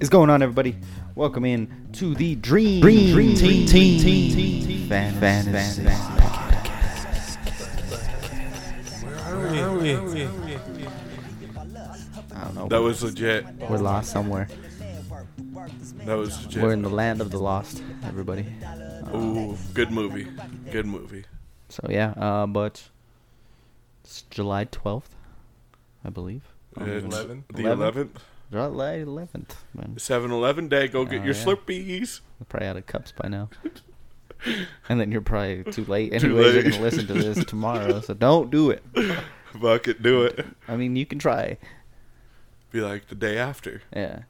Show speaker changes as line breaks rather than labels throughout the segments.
is going on, everybody? Welcome in to the Dream Dream Dream Team Team Team Fan Fantasy I don't know.
That was legit.
We're lost somewhere.
That was legit.
We're in the land of the lost, everybody.
Ooh, good movie. Good movie.
So yeah, uh, but it's July twelfth, I believe.
It's The 11th.
Eleventh? July eleventh, man.
7 Eleven day. Go get
Oh,
your
yeah.
Slurpees.
We're probably out of cups by now. and then you're probably too late. Anyways, you're
late.
gonna listen to this tomorrow, so don't do it.
Fuck it. Do it.
I mean, you can try.
Be like the day after.
Yeah.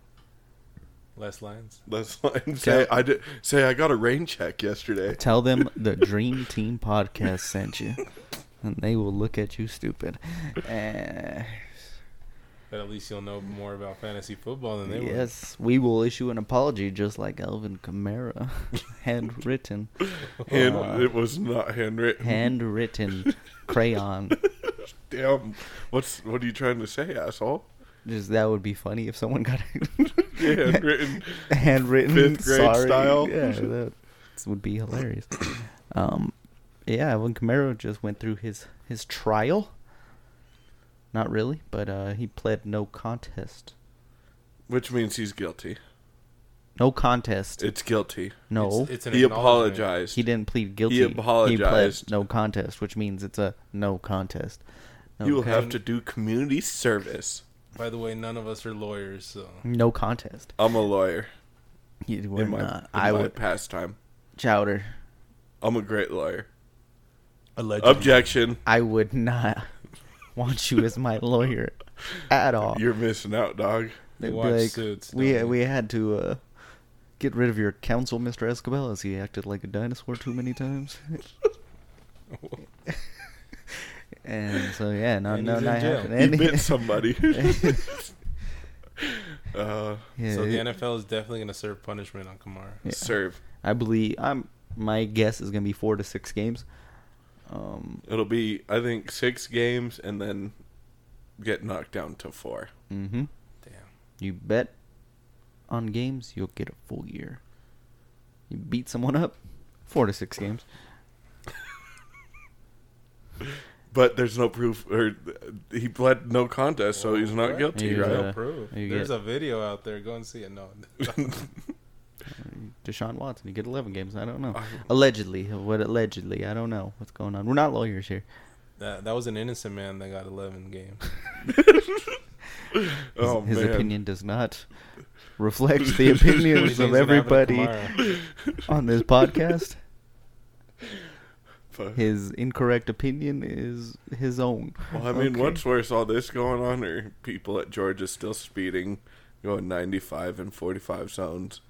Less lines.
Let's like, say I did, say I got a rain check yesterday.
Tell them the Dream Team podcast sent you, and they will look at you stupid. Uh,
But at least you'll know more about fantasy football than they will.
yes, we will issue an apology just like Alvin Kamara, handwritten,
And
Aw.
it was not handwritten.
handwritten crayon.
Damn. What's what are you trying to say, asshole?
Just that would be funny if someone got
Yeah, handwritten.
a handwritten
Fifth grade
sorry.
style.
Yeah, that would be hilarious. Um, yeah, Alvin Kamara just went through his his trial. Not really, but uh, he pled no contest.
Which means he's guilty.
No contest.
It's guilty.
no,
It's, it's an
He
acknowledgement.
apologized.
he didn't plead guilty. pled
apologized.
no contest, which means it's a no contest. No
you will
con-
have to do community service.
By the way, none of us are lawyers, so
no contest.
I'm a lawyer.
You were
in my,
not.
in
I
my
would
pastime.
chowder.
I'm a great lawyer.
allegedly.
Objection.
I would not want you as my lawyer at all.
You're missing out, dog.
They'd
They
be
watch
like,
Suits,
we
don't they?"
we had to uh, get rid of your counsel, Mr. Escobar, as he acted like a dinosaur too many times. and so yeah, no,
And
no,
he's in
not
jail.
happening.
He
And-
bit somebody. uh,
yeah,
So the
it-
NFL is definitely going to serve punishment on Kamara.
Yeah.
Serve.
I believe I'm. My guess is gonna be four to six games. Um,
It'll be, I think, six games and then get knocked down to four.
hmm
Damn.
You bet on games, you'll get a full year. You beat someone up, four to six games.
But there's no proof, or he pled no contest, so he's not
What?
guilty,
He's,
There's
right?
uh,
no proof.
you
There's
get-
a video out there. Go and see it. No.
Deshaun Watson, you get eleven games. I don't know.
I-
Allegedly, what allegedly? I don't know what's going on. We're not lawyers here.
that, that was an innocent man that got 11 games.
His,
oh
his
man,
opinion does not reflect the opinions
These
of
things that happened to
everybody
Kamara.
on this podcast.
Fuck.
His incorrect opinion is his own.
Well, I mean,
Okay.
what's worse, all this going on, or people at Georgia still speeding, going 95 and 45 zones?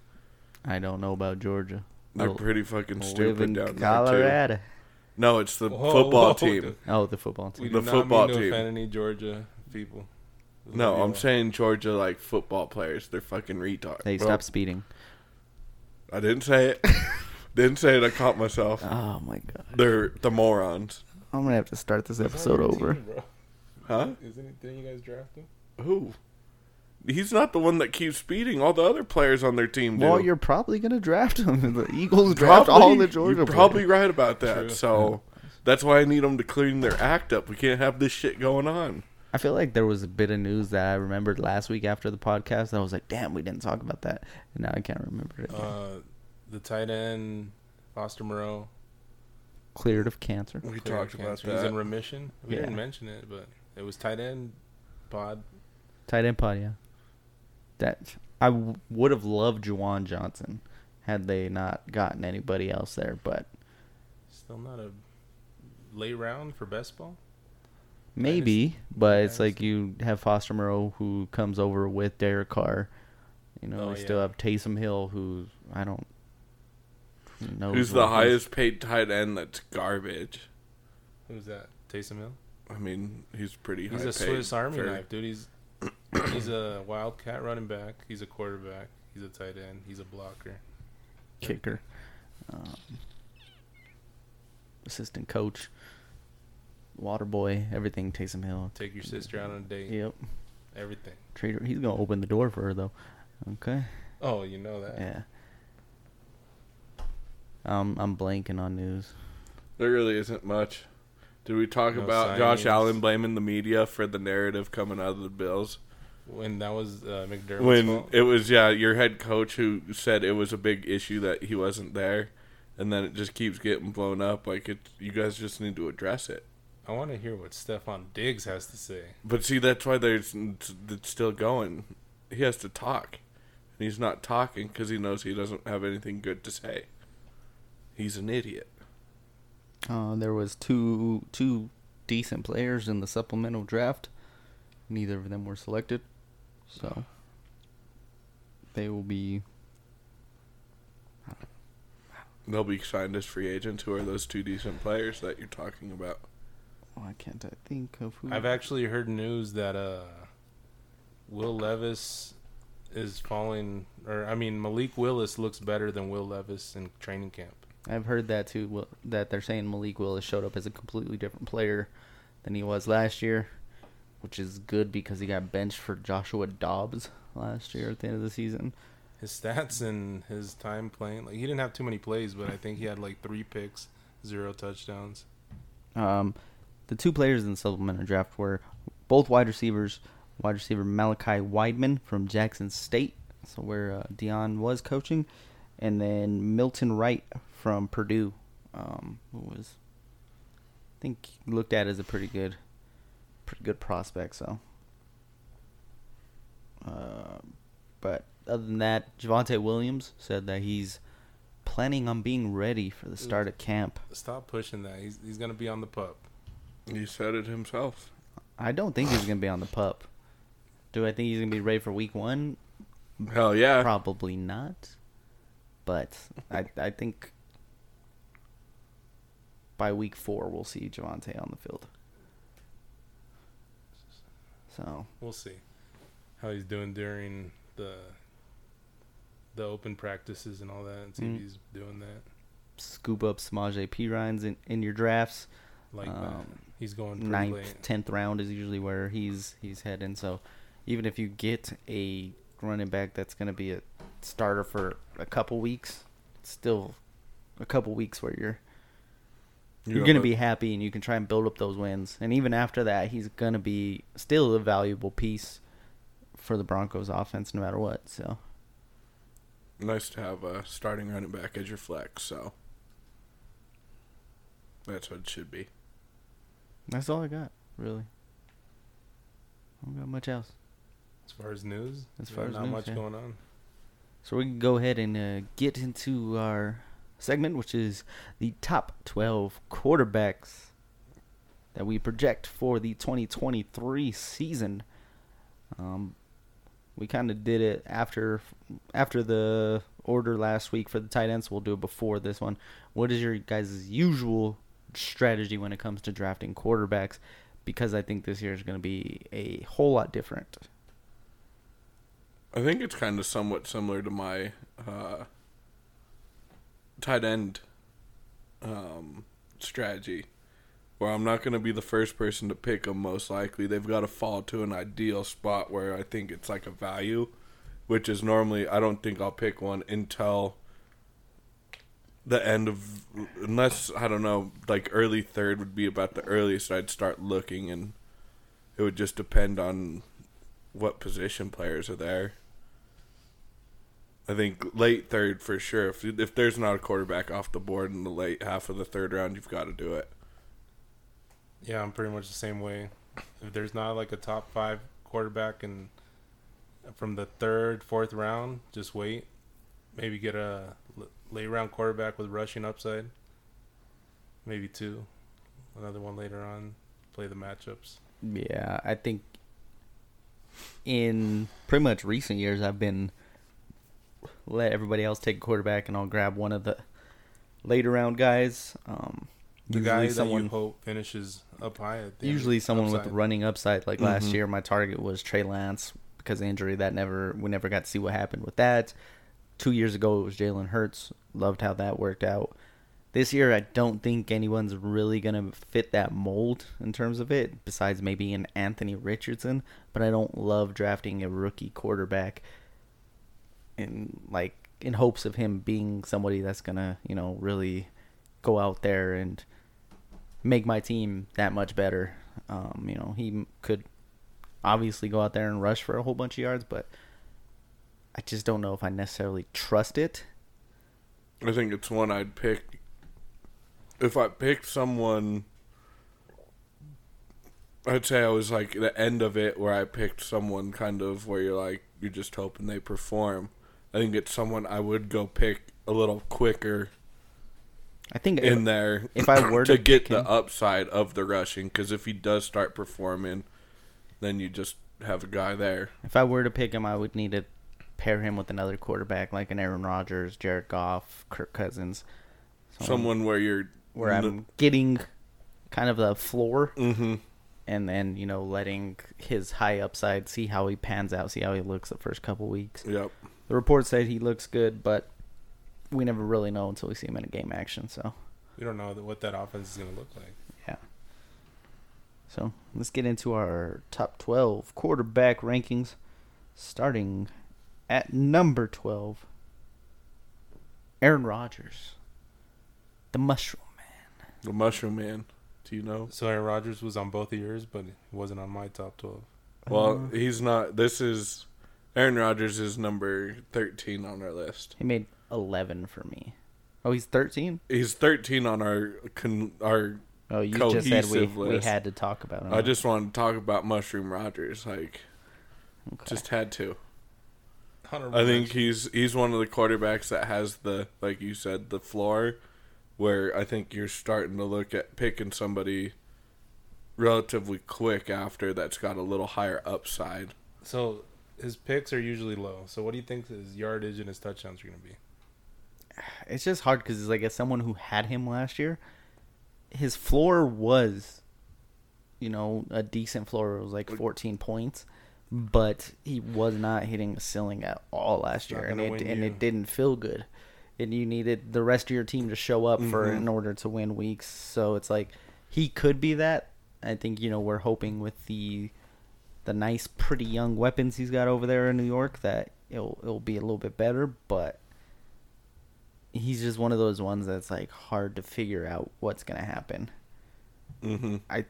I don't know about Georgia.
They're
I
pretty fucking
live
stupid
in
down there
Colorado.
too. No, it's the
Whoa,
football
whoa,
team.
Oh, the football
We
team.
The
do not
football
mean to
team.
offend any Georgia people.
No, I'm
saying.
saying Georgia like football players. They're fucking retards.
They
Well,
stop speeding.
I didn't say it. didn't say it. I caught myself.
Oh my god!
They're the morons,
I'm gonna have to start this episode over.
huh?
Isn't it? Didn't you guys draft him?
Who? He's not the one that keeps speeding. All the other players on their team do.
Well, you're probably gonna draft him. The Eagles draft all the Georgia.
You're
players.
probably right about that.
True.
So that's why I need them to clean their act up. We can't have this shit going on.
I feel like there was a bit of news that I remembered last week after the podcast. That I was like, damn, we didn't talk about that. And now I can't remember it. again.
Uh, the tight end Foster Moreau.
Cleared of cancer.
We
cleared
talked about
cancer. He's in
that.
remission. We
Yeah.
didn't mention it, but it was tight end pod.
Tight end pod, yeah. That I w- would have loved Juwan Johnson had they not gotten anybody else there, but
Still not a late round for best ball.
maybe. But it's
I
like you have Foster Moreau who comes over with Derek Carr. You know,
Oh,
you still
yeah.
have Taysom Hill who I don't know.
Who's the highest paid tight end that's garbage?
Who's that? Taysom Hill.
I mean, he's pretty high
He's a
paid
Swiss Army
for-
knife, dude. He's he's a wildcat running back. He's a quarterback. He's a tight end. He's a blocker.
kicker, um, assistant coach, water boy, everything Taysom Hill.
Take your sister out on a date.
Yep.
Everything.
Treat her. He's gonna open the door for her though. Okay.
Oh, you know that.
Yeah. Um, I'm blanking on news.
There really isn't much. Did we talk
No
about Josh
signings.
Allen blaming the media for the narrative coming out of the Bills?
When that was uh, McDermott's
when
fault.
it was yeah your head coach who said it was a big issue that he wasn't there and then it just keeps getting blown up like it you guys just need to address it
I want to hear what Stefan Diggs has to say.
but see that's why there's it's still going he has to talk and he's not talking because he knows he doesn't have anything good to say he's an idiot
Uh, there was two two decent players in the supplemental draft. Neither of them were selected, so they will be.
they'll be signed as free agents who are those two decent players that you're talking about
Why can't I think of who?
I've actually heard news that uh, Will Levis is falling, or I mean, Malik Willis looks better than Will Levis in training camp.
I've heard that too. Will- That they're saying Malik Willis showed up as a completely different player than he was last year, which is good because he got benched for Joshua Dobbs last year at the end of the season.
His stats and his time playing, like he didn't have too many plays, but I think he had like three picks, zero touchdowns.
Um, the two players in the supplemental draft were both wide receivers. Wide receiver Malachi Weidman from Jackson State, so where uh, Dion was coaching, and then Milton Wright from Purdue, um, who was, I think, looked at as a pretty good, pretty good prospect. So, uh, but other than that, Javante Williams said that he's planning on being ready for the start of camp.
Stop pushing that. He's he's gonna be on the pup.
he said it himself
I don't think he's gonna be on the pup. Do I think he's gonna be ready for week one?
hell yeah
Probably not. But I I think by week four we'll see Javante on the field. So
We'll see how he's doing during the the open practices and all that, and see
Mm.
if he's doing that.
scoop up Samaje P Ryan's in, in your drafts.
Like that.
Um,
He's going pretty late.
ninth, tenth round is usually where he's he's heading. So even if you get a running back that's going to be a starter for a couple weeks, it's still a couple weeks where you're you're
don't
going to
let-
be happy and you can try and build up those wins. And even after that, he's going to be still a valuable piece for the Broncos offense no matter what. So
nice to have a starting running back as your flex, so that's what it should be.
that's all I got, really. I don't got much else.
As far as news,
As
yeah,
far as
not
news,
much
yeah.
going on.
So we can go ahead and uh, get into our segment, which is the top 12 quarterbacks that we project for the 2023 season. Um, we kind of did it after after the order last week for the tight ends. We'll do it before this one. What is your guys' usual strategy when it comes to drafting quarterbacks? Because I think this year is going to be a whole lot different.
I think it's kind of somewhat similar to my uh, tight end um, strategy, where I'm not going to be the first person to pick them. Most likely, they've got to fall to an ideal spot where I think it's like a value, which is normally I don't think I'll pick one until the end of unless I don't know, like early third would be about the earliest I'd start looking, and it would just depend on what position players are there. I think late third for sure. If if there's not a quarterback off the board in the late half of the third round, you've got to do it.
Yeah, I'm pretty much the same way. If there's not like a top five quarterback and from the third, fourth round, just wait. Maybe get a l- late round quarterback with rushing upside. Maybe two. Another one later on. Play the matchups.
Yeah, I think in pretty much recent years, I've been let everybody else take a quarterback, and I'll grab one of the later round guys. Um,
The
usually
guy that
someone,
you hope finishes up high. At the end,
usually someone with
upside.
running upside. Like last
Mhm.
year, my target was Trey Lance because of injury. That never we never got to see what happened with that. Two years ago, it was Jalen Hurts. Loved how that worked out. This year, I don't think anyone's really gonna fit that mold in terms of it. Besides maybe an Anthony Richardson, but I don't love drafting a rookie quarterback in like in hopes of him being somebody that's gonna you know really go out there and make my team that much better. Um, you know, he m- could obviously go out there and rush for a whole bunch of yards, but I just don't know if I necessarily trust it.
I think it's one I'd pick. If I picked someone, I'd say I was like the end of it where I picked someone kind of where you're like, you're just hoping they perform. I think it's someone I would go pick a little quicker
I think
in there
if I were
to
to
get
pick
the
him-
upside of the rushing. Because if he does start performing, then you just have a guy there.
If I were to pick him, I would need to pair him with another quarterback like an Aaron Rodgers, Jared Goff, Kirk Cousins.
Someone where you're.
Um, where I'm Mm-hmm. getting kind of the floor
hmm
and then, you know, letting his high upside see how he pans out, see how he looks the first couple weeks.
Yep.
The report said he looks good, but we never really know until we see him in a game action, so
We don't know that what that offense is going to look like.
yeah. So let's get into our top 12 quarterback rankings, starting at number 12. Aaron Rodgers, the mushroom man.
The Mushroom Man. Do you know?
So Aaron Rodgers was on both of yours, but he wasn't on my top twelve.
Well,
Uh-huh.
he's not. This is Aaron Rodgers is number thirteen on our list.
He made 11 for me. Oh, he's 13?
He's thirteen on our con, our.
Oh, you just said we,
Cohesive
we
list.
had to talk about him.
I just wanted to talk about Mushroom Rodgers. Like,
Okay.
just had to.
Honorable
I think he's he's one of the quarterbacks that has the like you said the floor, where I think you're starting to look at picking somebody relatively quick after that's got a little higher upside.
so. His picks are usually low. So what do you think his yardage and his touchdowns are going to be?
it's just hard because like as someone who had him last year, his floor was, you know, a decent floor. It was like 14 points, but he was not hitting the ceiling at all last
not
year, and
gonna
it
win
and
you.
it didn't feel good. And you needed the rest of your team to show up for
Mhm.
in order to win weeks. So it's like he could be that. I think you know we're hoping with the the nice, pretty young weapons he's got over there in New York that it'll it'll be a little bit better, but he's just one of those ones that's like hard to figure out what's gonna happen.
Mm-hmm.
I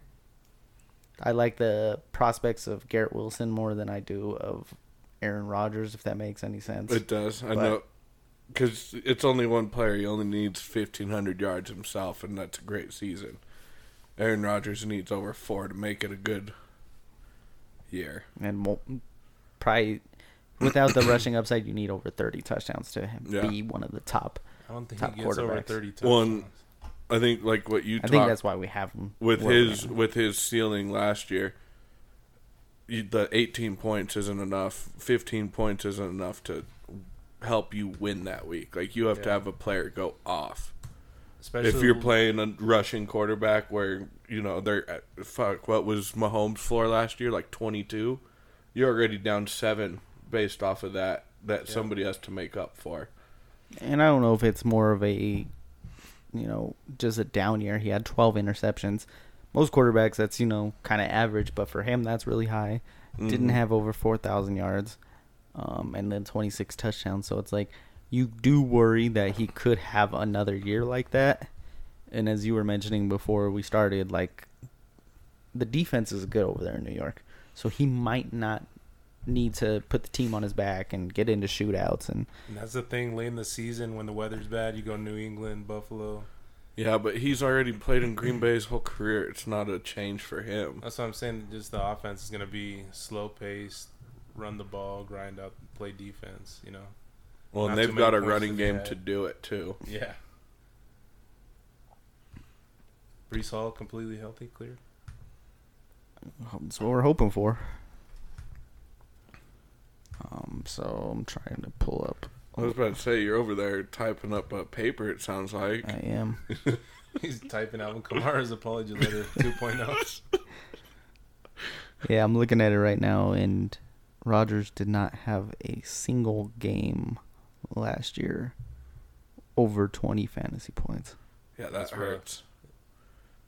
I like the prospects of Garrett Wilson more than I do of Aaron Rodgers, if that makes any sense.
It does. I
But-
know. Because it's only one player. He only needs 1,500 yards himself, and that's a great season. Aaron Rodgers needs over four to make it a good year.
and mo- probably without the rushing upside, you need over thirty touchdowns to
Yeah.
be one of the top.
I don't think
Top
he gets over
quarterbacks.
thirty touchdowns.
One- I think, like what you
I think
talked
that's why we have him
with
where we
his
have him.
with his ceiling last year, you, the 18 points isn't enough. 15 points isn't enough to help you win that week. Like you have to
Yeah.
have a player go off.
especially
if you're playing a rushing quarterback where you know they're uh, fuck what was Mahomes floor last year like 22 you're already down 7 based off of that that
Yeah.
somebody has to make up for
And I don't know if it's more of a, you know, just a down year. He had 12 interceptions. Most quarterbacks, that's, you know, kind of average, but for him, that's really high. Didn't
Mhm.
have over 4,000 yards um, and then 26 touchdowns. So it's like you do worry that he could have another year like that. And as you were mentioning before we started, like the defense is good over there in New York. So he might not need to put the team on his back and get into shootouts and
and that's the thing. Late in the season, when the weather's bad, you go New England, Buffalo.
yeah but he's already played in Green Bay's whole career it's not a change for him
That's what I'm saying. Just the offense is going to be slow paced, run the ball, grind out, play defense. You know.
well and
Not too
they've got a
many points
running
to be
game
had.
to do it too
Yeah. Brees Hall completely healthy, clear.
Um, That's what we're hoping for. Um, so I'm trying to pull up.
I was about to say you're over there typing up a paper it sounds like
I am.
He's typing Alvin Kamara's apology letter oh. 2.0.
Yeah, I'm looking at it right now, and Rodgers did not have a single game last year over 20 fantasy points.
yeah that
That's rough.
hurts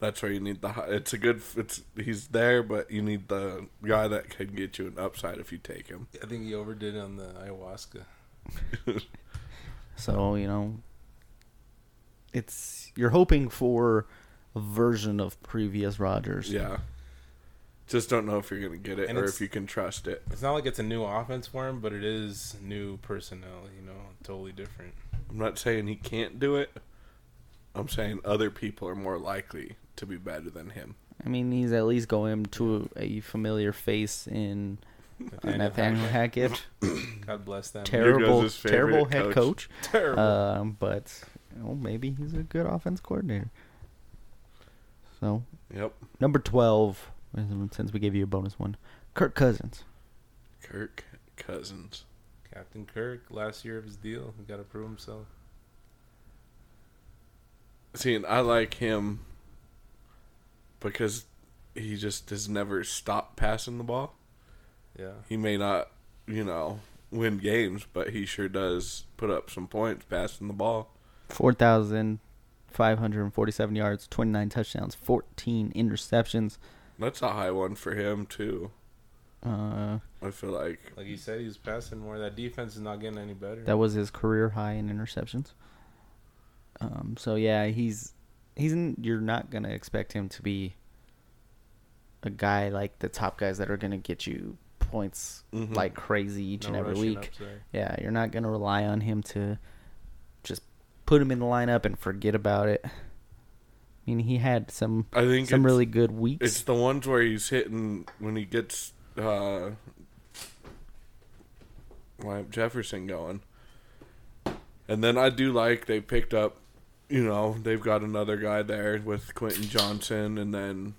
that's where you need the hi- it's a good it's he's there but you need the guy that can get you an upside if you take him
I think he overdid on the ayahuasca.
So, you know, it's you're hoping for a version of previous Rodgers.
yeah. Just don't know if you're going to get it
And
or
it's-
if you can trust it.
It's not like it's a new offense for him, but it is new personnel. You know, totally different.
I'm not saying he can't do it. I'm saying other people are more likely to be better than him.
I mean, he's at least going to a familiar face in uh,
Nathaniel
Nathaniel
Hackett.
Hackett.
God bless them.
terrible,
guys' favorite
terrible head
coach.
coach.
Terrible.
Um, but you know, maybe he's a good offense coordinator. So
Yep.
number twelve, since we gave you a bonus one, Kirk Cousins.
Kirk Cousins.
Captain Kirk, last year of his deal, he got to prove himself.
See, and I like him because he just has never stopped passing the ball.
Yeah,
He may not, you know, win games, but he sure does put up some points passing the ball.
Four thousand five hundred forty-seven yards, twenty-nine touchdowns, fourteen interceptions.
That's a high one for him too.
Uh,
I feel like
like you said, he was passing more. That defense is not getting any better.
that was his career high in interceptions. Um, so yeah, he's he's n you're not gonna expect him to be a guy like the top guys that are gonna get you points
Mhm.
like crazy each
No
and every
rushing
week.
upside.
Yeah, you're not gonna rely on him to just put him in the lineup and forget about it. I mean, he had some
I think
some
it's-
really good weeks.
It's the ones where he's hitting when he gets uh Wyatt Jefferson going. And then I do like they picked up you know, they've got another guy there with Quentin Johnson and then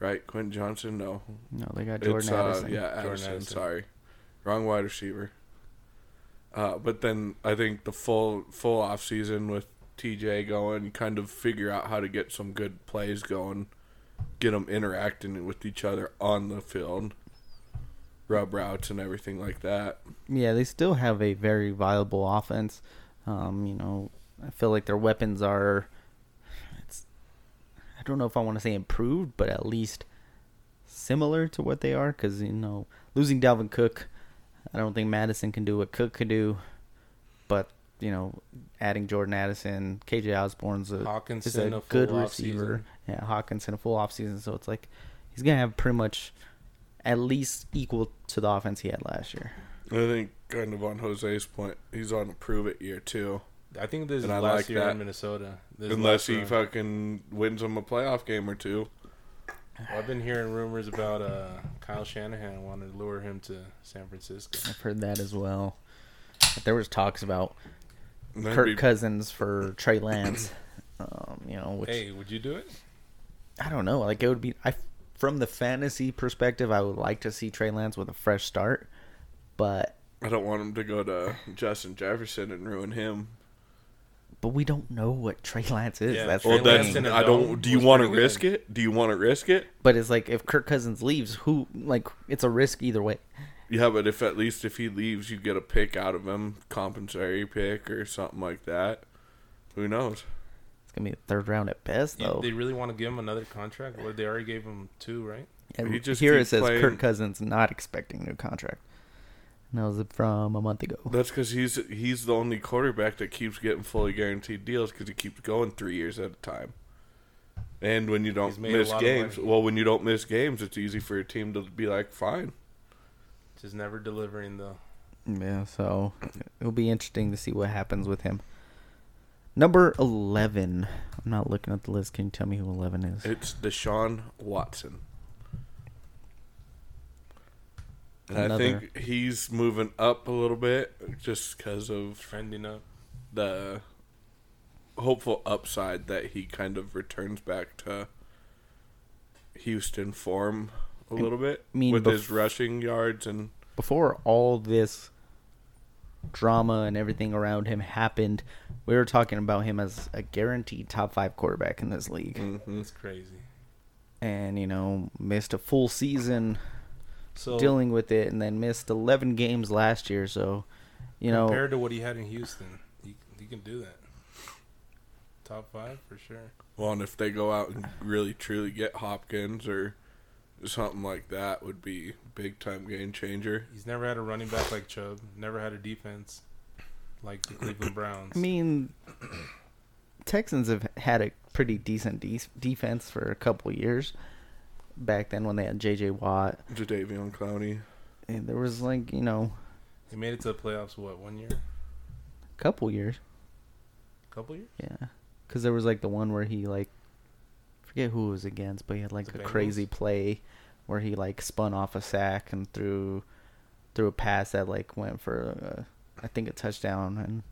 right, Quentin Johnson, no.
no, they got Jordan
it's uh
Addison.
yeah,
Jordan
Addison,
Addison.
sorry. Wrong wide receiver. Uh, but then I think the full full off season with TJ going, kind of figure out how to get some good plays going, get them interacting with each other on the field, rub routes and everything like that.
Yeah, they still have a very viable offense. Um, you know, I feel like their weapons are. It's, I don't know if I want to say improved, but at least similar to what they are. Because you know, losing Dalvin Cook, I don't think Madison can do what Cook could do. But you know, adding Jordan Addison, KJ Osborne's a Uh, is
Hawkinson,
a,
a
good
full
receiver. Yeah, Hawkinson a full offseason, so it's like he's gonna have pretty much at least equal to the offense he had last year.
I think kind of on Jose's point, he's on a prove it year too.
offseason. I think this is
And I
last
like
year
that.
in Minnesota. This is
Unless
last
he
run.
fucking wins him a playoff game or two.
Well, I've been hearing rumors about uh, Kyle Shanahan wanted to lure him to San Francisco.
I've heard that as well. But there was talks about
And that'd
Kirk
be-
Cousins for Trey Lance. um, you know, which
Hey, would you do it?
I don't know. Like it would be I from the fantasy perspective, I would like to see Trey Lance with a fresh start, but
I don't want him to go to Justin Jefferson and ruin him.
but we don't know what Trey Lance is.
Yeah,
That's
Trey
the
Well,
Lance
then
thing.
in a
I
dome
don't. Do you
was
want to
pretty good.
risk it? Do you want to risk it?
But it's like if Kirk Cousins leaves, who like it's a risk either way.
Yeah, but if at least if he leaves, you get a pick out of him, compensatory pick or something like that. Who knows?
It's gonna be the third round at best,
You-
though.
They really want to give him another contract? Well, they already gave him two, right?
And
he just
here it
keeps
says
playing-
Kirk Cousins not expecting new contract. And that was from a month ago.
That's because he's he's the only quarterback that keeps getting fully guaranteed deals because he keeps going three years at a time. And when you
He's
don't
made a
miss
lot of
games,
money.
well, when you don't miss games, it's easy for a team to be like, fine.
Just never delivering though.
Yeah, so it'll be interesting to see what happens with him. Number 11. I'm not looking at the list. Can you tell me who 11 is?
It's Deshaun Watson. And I
Another-
think he's moving up a little bit just because of
Trending up.
the hopeful upside that he kind of returns back to Houston form a little bit
I mean,
with
bef-
his rushing yards and
Before all this drama and everything around him happened, we were talking about him as a guaranteed top five quarterback in this league.
Mhm.
That's crazy.
And, you know, missed a full season
So
dealing with it and then missed 11 games last year. So, you know,
compared to what he had in Houston, you, you can do that. Top five for sure.
well, and if they go out and really truly get Hopkins or something like that would be big time game changer.
He's never had a running back like Chubb. Never had a defense like the Cleveland Browns.
I mean, Texans have had a pretty decent de- defense for a couple years. Back then, when they had J.J. Watt,
Jadavion Clowney.
and there was like you know
he made it to the playoffs. What one year?
a couple years,
Couple years?
yeah, because there was like the one where he like forget who it was against, but he had like
The
a
Bengals?
crazy play where he like spun off a sack and threw threw a pass that like went for uh, I think a touchdown, and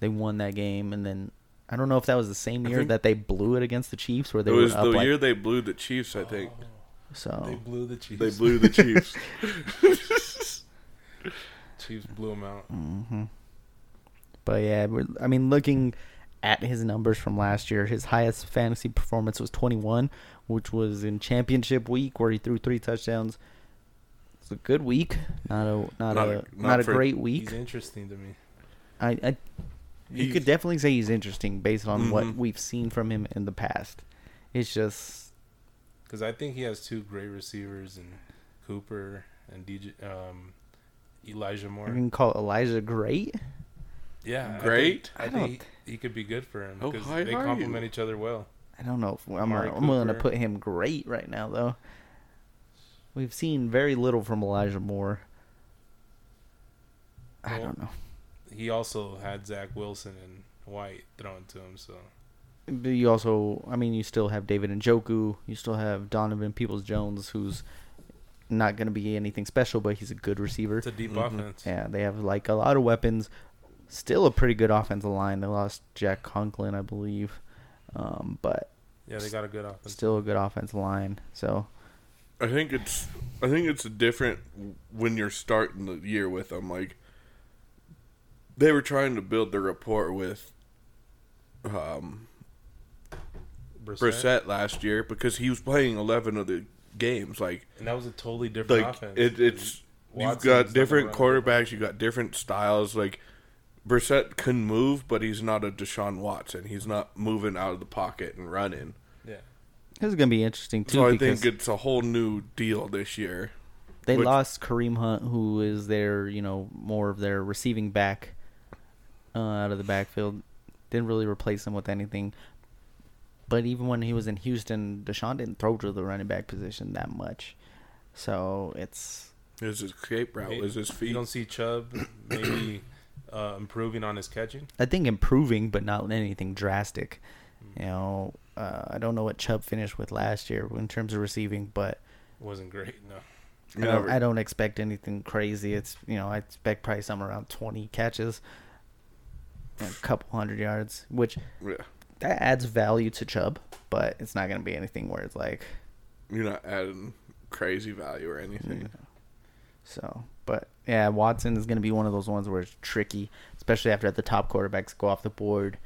they won that game. And then I don't know if that was the same
I
year
think-
that they blew it against the Chiefs, where they
it was
were
the
up like
year they blew the Chiefs. I think
so.
Oh. They blew the Chiefs.
they blew the Chiefs.
Chiefs blew him out.
hmm But yeah, we're, I mean, looking at his numbers from last year, his highest fantasy performance was 21, which was in championship week where he threw three touchdowns. It's a good week, not a not,
Not
a,
a-
not,
not
a
for-
great
He's
week.
interesting to me.
I, I you
He's-
could definitely say he's interesting based on what
Mhm.
we've seen from him in the past. It's just
because I think he has two great receivers and Cooper and DJ um, Elijah Moore.
you can call Elijah great.
yeah, I
Great?
think- I,
I
think he, he could be good for him
How
because
high
they
are
complement
you?
each other well.
I don't know if I'm,
Amari
I'm willing to
Cooper.
put him great right now though. We've seen very little from Elijah Moore. I
Well,
don't know.
He also had Zach Wilson and White thrown to him, so
But you also, I mean, you still have David and Joku. You still have Donovan Peoples Jones, who's not going to be anything special, but he's a good receiver.
it's a deep
Mhm.
offense.
Yeah, they have like a lot of weapons. Still a pretty good offensive line. They lost Jack Conklin, I believe, um, but
Yeah, they got a good offense.
still a good offensive line. So
I think it's I think it's different when you're starting the year with them. Like they were trying to build the rapport with um, Brissett last year because he was playing eleven of the games. Like
and that was a totally different
like
offense.
it, it's
Watson's
you've
not
got
the
different
running
quarterbacks, you got different styles. Like Brissett can move, but he's not a Deshaun Watson. He's not moving out of the pocket and running.
yeah,
this is going to be interesting too.
So I
because
think it's a whole new deal this year.
They
Which-
lost Kareem Hunt, who is their, you know, more of their receiving back uh, out of the backfield. Didn't really replace him with anything. But even when he was in Houston, Deshaun didn't throw to the running back position that much. So it's
His escape route
Hey,
was his
you
feet.
don't see Chubb maybe uh, improving on his catching.
I think improving, but not anything drastic. You know, uh, I don't know what Chubb finished with last year in terms of receiving, but
Wasn't great. No,
I don't,
Never.
I don't expect anything crazy. It's you know I expect probably somewhere around twenty catches, and a couple hundred yards, which
Yeah.
that adds value to Chubb, but it's not going to be anything where it's like,
You're not adding crazy value or anything.
Mm-hmm. so. But yeah, Watson is going to be one of those ones where it's tricky, especially after the top quarterbacks go off the board,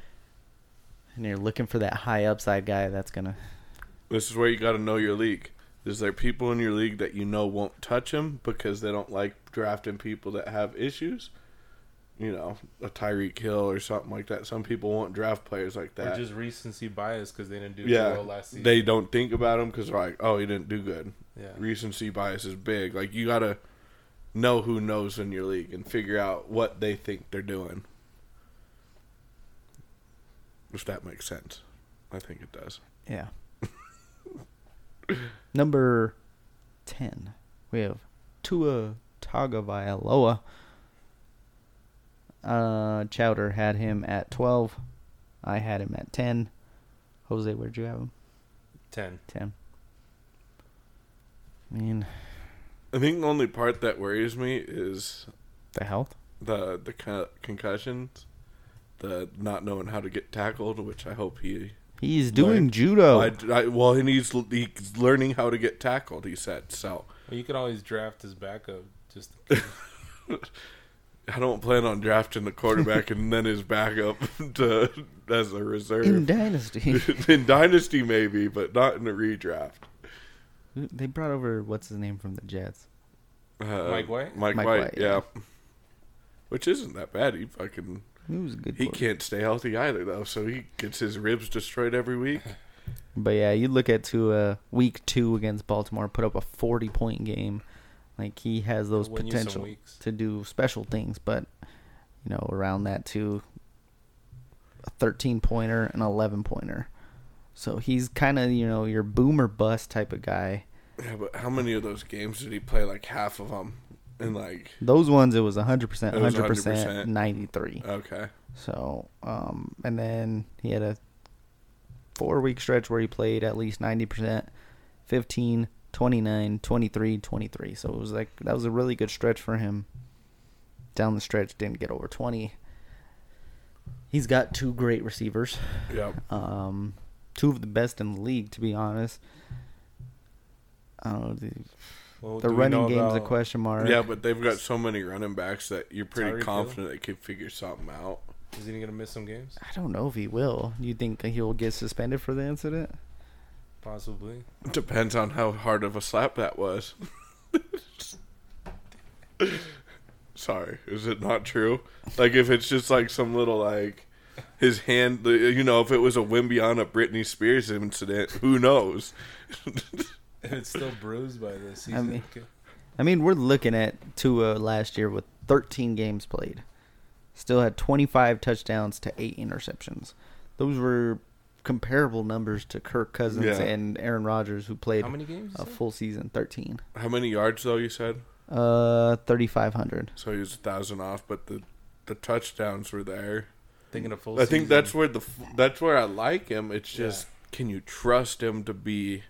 and you're looking for that high upside guy that's going to.
This is where you got to know your league. Is there people in your league that you know won't touch him because they don't like drafting people that have issues? You know, a Tyreek Hill or something like that. Some people won't draft players like
or
that.
just recency bias because they didn't do
yeah,
too well last season.
they don't think about him because like, oh, he didn't do good.
yeah.
Recency bias is big. Like you gotta know who knows in your league and figure out what they think they're doing. If that makes sense, I think it does.
Yeah. Number 10, we have Tua Tagovailoa. Uh, Chowder had him at 12. I had him at 10. Jose, where'd you have him?
Ten.
10. I mean,
I think the only part that worries me is
the health.
the the con- concussions, the not knowing how to get tackled, which I hope he.
He's doing
Like,
judo.
I, I- well, he needs he's learning how to get tackled. He said so.
Well, you could always draft his backup. Just
I don't plan on drafting the quarterback and then his backup to as a reserve
in Dynasty.
in dynasty maybe, but not in a redraft.
they brought over, what's his name from the Jets?
Uh,
Mike White?
Mike,
Mike
White,
White,
yeah. Which isn't that bad. He fucking
He was a good
he
quarterback.
can't stay healthy either though, so he gets his ribs destroyed every week.
But yeah, you look at to uh, week two against Baltimore, put up a forty point game. Like he has those
Win you some
potential
weeks.
to do special things, but you know around that too, a thirteen pointer and eleven pointer. So he's kind of you know your boomer bust type of guy.
Yeah, but how many of those games did he play? Like half of them, and like
Those ones it was hundred percent,
It was
hundred percent,
100%.
ninety three.
okay,
So, um, and then he had a four week stretch where he played at least 90%, 15, 29, 23, 23. So it was like, that was a really good stretch for him. Down the stretch, didn't get over 20. He's got two great receivers,
yep.
um, two of the best in the league, to be honest. I don't know. The,
Well,
the
do we
running
know
game's a
about-
question mark.
Yeah, but they've got so many running backs that you're pretty
Tyreek Hill?
confident they could figure something out.
Is he gonna miss some games?
I don't know if he will. You think he'll get suspended for the incident?
Possibly.
Depends on how hard of a slap that was. Sorry, is it not true? Like if it's just like some little like his hand, you know, if it was a Wimbiana Britney Spears incident, who knows?
it's still bruised by this. He's
I mean- I mean, we're looking at Tua last year with 13 games played. Still had 25 touchdowns to 8 interceptions. Those were comparable numbers to Kirk Cousins
Yeah.
and Aaron Rodgers who played
how many games?
a
is it?
full season 13.
How many yards though? You said
Uh 3500.
so. He was a thousand off, but the the touchdowns were there.
Thinking a full.
I think
season.
that's where the f- that's where I like him. It's
Yeah.
just can you trust him to be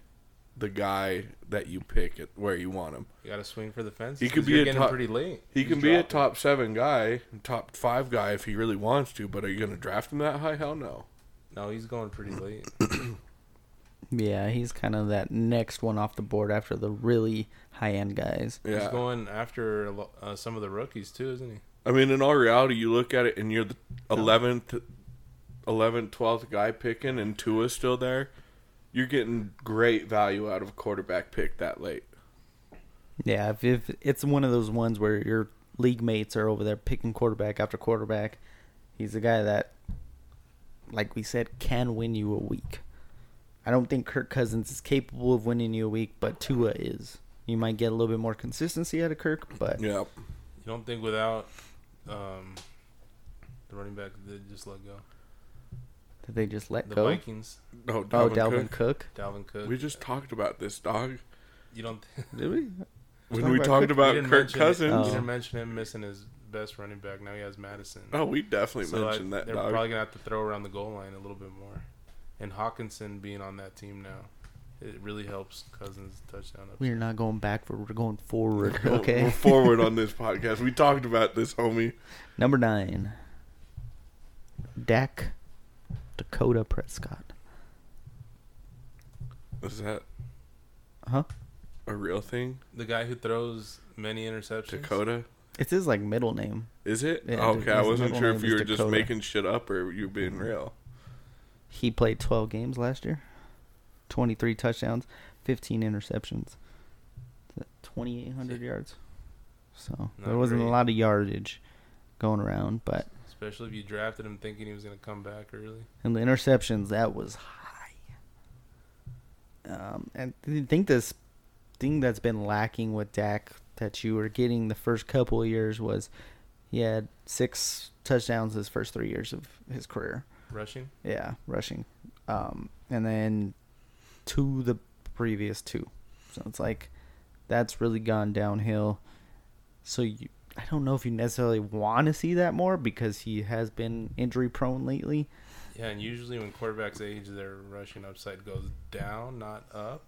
the guy that you pick at where you want him.
you got to swing for the fence.
He could
'cause
be
you're
a
getting
top-
pretty late.
He
He's
can be a
dropping.
top seven guy, top five guy if he really wants to. But are you going to draft him that high? Hell no.
No, he's going pretty late.
Yeah, he's kind of that next one off the board after the really high-end guys.
Yeah.
He's going after a lo- uh, some of the rookies too, isn't he?
I mean, in all reality, you look at it and you're the eleventh, eleventh, twelfth guy picking, and Tua's still there. You're getting great value out of a quarterback pick that late.
Yeah, if, if it's one of those ones where your league mates are over there picking quarterback after quarterback, he's a guy that, like we said, can win you a week. I don't think Kirk Cousins is capable of winning you a week, but Tua is. You might get a little bit more consistency out of Kirk, but
Yeah.
You don't think without um, the running back they just let go.
did they just let
The
go?
Vikings,
No,
Oh,
Dalvin
Dalvin Cook.
Cook.
Dalvin Cook.
We just talked about this dog
you don't th-
Did we?
when
Talking
we
about
talked
Cook, we
about
you didn't
Kirk
mention it.
Cousins.
Oh.
You didn't mention him missing his best running back. Now he has Madison.
Oh, we definitely
So I-
mentioned that
they're
dog.
probably gonna have to throw around the goal line a little bit more, and Hawkinson being on that team now, it really helps Cousins touchdown. Up.
We're not going backward. We're going forward.
We're- We're
Okay.
forward on this podcast. We talked about this, homie.
Number nine. Dak Dakota Prescott.
Is that
Huh?
a real thing?
The guy who throws many interceptions.
Dakota?
It's his like middle name.
Is it? Oh,
Yeah,
okay,
his
I wasn't
middle
sure
name
if you
is
were just
Dakota.
making shit up or you
Mm-hmm.
being real.
He played 12 games last year, 23 touchdowns, 15 interceptions, Th- 2,800 yards. So there
Not
wasn't a
great.
lot of yardage going around, but
Especially if you drafted him thinking he was gonna come back early.
in the interceptions, that was high. Um, and I think this thing that's been lacking with Dak that you were getting the first couple of years was he had six touchdowns his first three years of his career.
Rushing.
Yeah, rushing. Um, and then to the previous two. So it's like that's really gone downhill. So you, I don't know if you necessarily want to see that more because he has been injury prone lately.
Yeah, and usually when quarterbacks age, their rushing upside goes down, not up.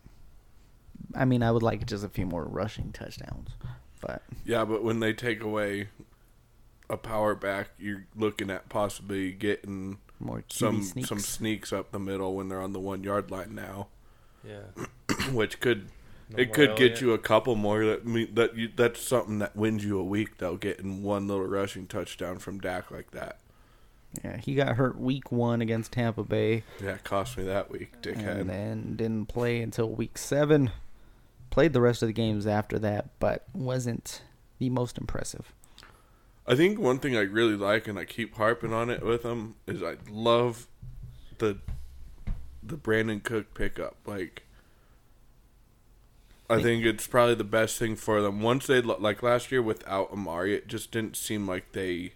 I mean, I would like just a few more rushing touchdowns, but
Yeah, but when they take away a power back, you're looking at possibly getting
more QB
some
sneaks.
some sneaks up the middle when they're on the one yard line now,
Yeah.
which could
No
it
more
could get
Elliott.
you a couple more. That me that you that's something that wins you a week though, getting one little rushing touchdown from Dak like that.
yeah, he got hurt week one against Tampa Bay.
Yeah, it cost me that week,
and
dickhead.
then didn't play until week seven. Played the rest of the games after that, but wasn't the most impressive.
I think one thing I really like, and I keep harping on it with him, is I love the the Brandon Cook pickup. Like, I think it's probably the best thing for them. Once they lo- like last year without Amari, it just didn't seem like they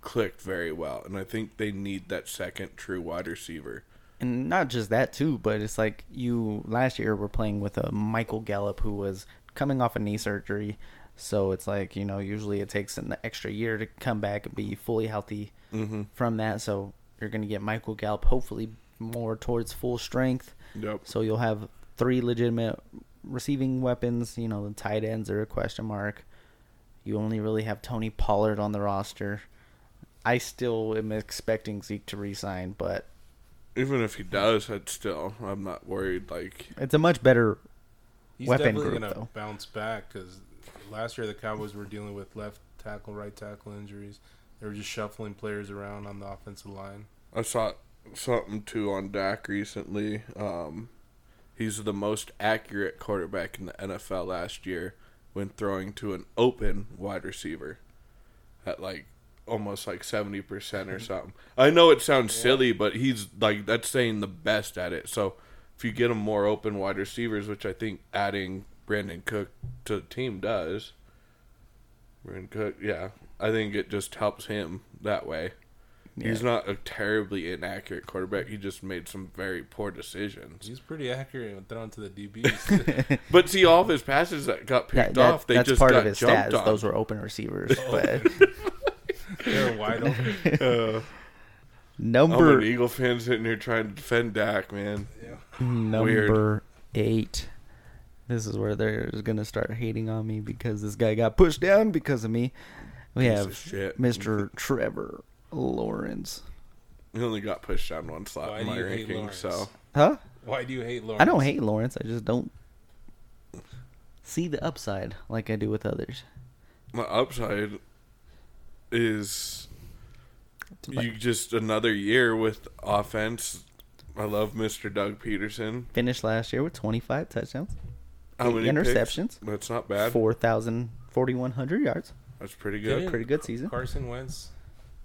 clicked very well, and I think they need that second true wide receiver.
And not just that too, but it's like you last year were playing with a Michael Gallup who was coming off a knee surgery, so it's like you know usually it takes an extra year to come back and be fully healthy from that. So you're gonna get Michael Gallup hopefully more towards full strength.
Yep.
So you'll have three legitimate receiving weapons. You know the tight ends are a question mark. You only really have Tony Pollard on the roster. I still am expecting Zeke to resign, but
Even if he does, I'd still I'm not worried. Like,
It's a much better.
He's
Weapon
definitely
group,
gonna
though.
bounce back because last year the Cowboys were dealing with left tackle, right tackle injuries. They were just shuffling players around on the offensive line.
I saw something too on Dak recently. Um, he's the most accurate quarterback in the NFL last year when throwing to an open wide receiver at like almost like 70% or something. I know it sounds silly, but he's like that's saying the best at it. So if you get him more open wide receivers, which I think adding Brandon Cook to the team does, Brandon Cook, yeah, I think it just helps him that way. He's not a terribly inaccurate quarterback. He just made some very poor decisions.
He's pretty accurate with throwing to the DBs.
But see, all of his passes that got
That,
picked
that-
off, they
that's
just
part
got
of his
jumped
stats.
on.
Those were open receivers. But
They're wide open.
I'm
number
an Eagle fan sitting here trying to defend Dak, man. weird.
number eight. This is where they're gonna start hating on me because this guy got pushed down because of me. We
Piece
have
of shit.
Mr. Trevor Lawrence.
He only got pushed down one slot
Why
in
do
my
you hate
ranking,
Lawrence?
so
Huh?
Why do you hate Lawrence?
I don't hate Lawrence. I just don't see the upside like I do with others.
my upside is you just another year with offense. I love Mr. Doug Peterson.
Finished last year with 25 touchdowns,
How
Eight
many picks?
interceptions.
That's not bad.
4,000, 4,100 yards.
That's pretty
Didn't
good.
Pretty good season.
Carson Wentz